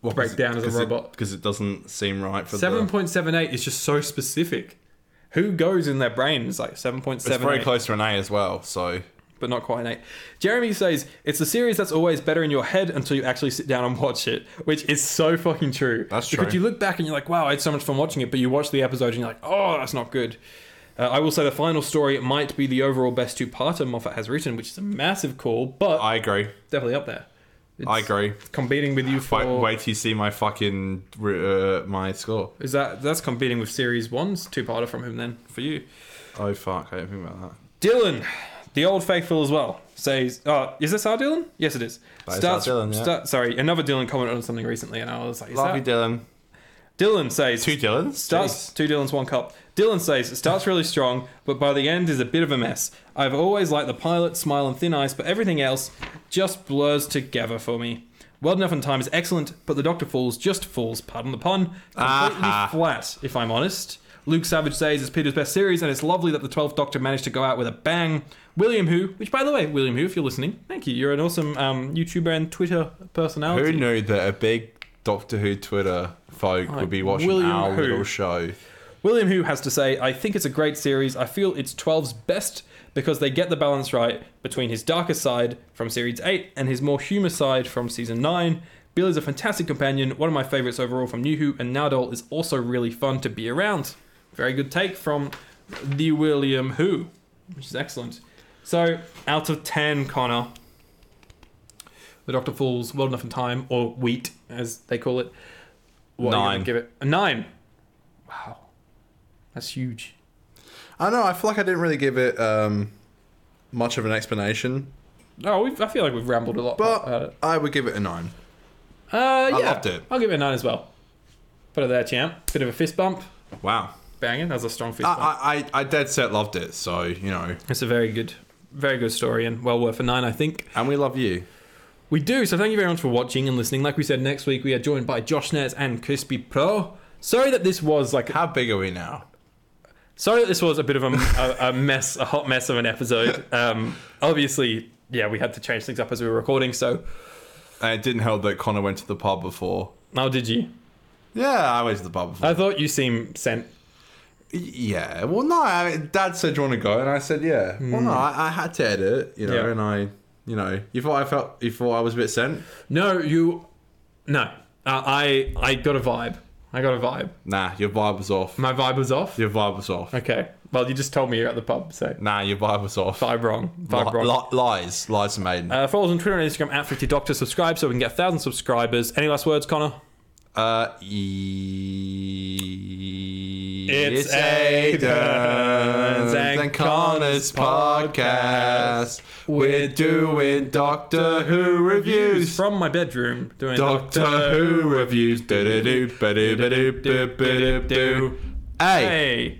Speaker 3: Well,
Speaker 2: break down as a robot.
Speaker 3: because it doesn't seem right for the.
Speaker 2: 7.78 is just so specific. Who goes in their brain is like 7.78.
Speaker 3: It's very close to an A as well. So
Speaker 2: but not quite an eight. Jeremy says it's a series that's always better in your head until you actually sit down and watch it, which is so fucking true.
Speaker 3: That's
Speaker 2: Because
Speaker 3: true.
Speaker 2: you look back and you're like, wow, I had so much fun watching it, but you watch the episode and you're like, oh, that's not good. Uh, I will say the final story might be the overall best two-parter Moffat has written, which is a massive call, but
Speaker 3: I agree.
Speaker 2: definitely up there. It's
Speaker 3: I agree.
Speaker 2: Competing with you for
Speaker 3: Wait, wait till you see my fucking uh, my score.
Speaker 2: is that that's competing with series one's two-parter from him then for you.
Speaker 3: Oh fuck! I didn't think about that.
Speaker 2: Dylan, the old faithful as well, says, "Oh, is this our Dylan? Yes, it is."
Speaker 3: That is our Dylan, yeah.
Speaker 2: start- sorry, another Dylan commented on something recently, and I was like, is
Speaker 3: Love you,
Speaker 2: that-
Speaker 3: Dylan.
Speaker 2: Dylan says,
Speaker 3: Two Dylans.
Speaker 2: starts two Dylans, one cup." Dylan says, "It starts really strong, but by the end is a bit of a mess. I've always liked the pilot, Smile, and Thin Ice, but everything else just blurs together for me." Well enough in time is excellent, but the Doctor falls just falls. Pardon the pun. Completely
Speaker 3: Aha.
Speaker 2: flat, if I'm honest. Luke Savage says it's Peter's best series, and it's lovely that the 12th Doctor managed to go out with a bang. William Who, which by the way, William Who, if you're listening, thank you. You're an awesome um, YouTuber and Twitter personality.
Speaker 3: Who knew that a big Doctor Who Twitter folk would be watching
Speaker 2: William
Speaker 3: our
Speaker 2: who?
Speaker 3: little show?
Speaker 2: William Who has to say, I think it's a great series. I feel it's 12's best because they get the balance right between his darker side from series 8 and his more humor side from season 9. Bill is a fantastic companion, one of my favorites overall from New Who, and Nowdol is also really fun to be around. Very good take from the William Who, which is excellent. So, out of 10, Connor, the Doctor Falls, Well Enough in Time, or Wheat, as they call it. What are you gonna
Speaker 3: Nine.
Speaker 2: Give it a nine. Wow, that's huge.
Speaker 3: I know. I feel like I didn't really give it um, much of an explanation,
Speaker 2: Oh, we've, I feel like we've rambled a lot about
Speaker 3: but
Speaker 2: it.
Speaker 3: I would give it a nine.
Speaker 2: Uh, yeah.
Speaker 3: loved it.
Speaker 2: I'll give it a nine as well. Put it there, champ. Bit of a fist bump.
Speaker 3: Wow.
Speaker 2: Banging. That was a strong fist
Speaker 3: Uh,
Speaker 2: bump.
Speaker 3: I, I, I dead set loved it, so, you know.
Speaker 2: It's a very good, very good story and well worth a nine, I think.
Speaker 3: And we love you.
Speaker 2: We do. So thank you very much for watching and listening. Like we said, next week we are joined by Josh Nez and Crispy Pro. Sorry that this was like
Speaker 3: How big are we now?
Speaker 2: sorry that this was a bit of a, a, a mess, a hot mess of an episode. Um, obviously, yeah, we had to change things up as we were recording. So
Speaker 3: And Uh, it didn't help that Connor went to the pub before.
Speaker 2: now, did you?
Speaker 3: Yeah, I went to the pub before.
Speaker 2: I thought you seemed sent.
Speaker 3: yeah, well, no, I, Dad said, Do you want to go? And I said, Yeah. Well, no, I, I had to edit, you know,
Speaker 2: Hmm. Yeah.
Speaker 3: and I, you know, you thought I felt, you thought I was a bit sent?
Speaker 2: No, you. No, uh, I I got a vibe. I got a vibe.
Speaker 3: Nah, your vibe was off.
Speaker 2: My vibe was off.
Speaker 3: Your vibe was off.
Speaker 2: Okay. Well, you just told me you're at the pub, so
Speaker 3: Nah, your vibe was off.
Speaker 2: vibe wrong. Vibe
Speaker 3: Li-
Speaker 2: wrong.
Speaker 3: li- lies, lies are made.
Speaker 2: Uh, follow us on Twitter and Instagram at 50 Doctor. Subscribe so we can get 1,000 subscribers. Any last words, Connor?
Speaker 3: Uh, e-
Speaker 2: It's Aidan's and Connor's podcast.
Speaker 3: We're doing Doctor Who reviews.
Speaker 2: From my bedroom. Doing
Speaker 3: Doctor Who reviews. Do do do do do do do do. Hey.
Speaker 2: Hey.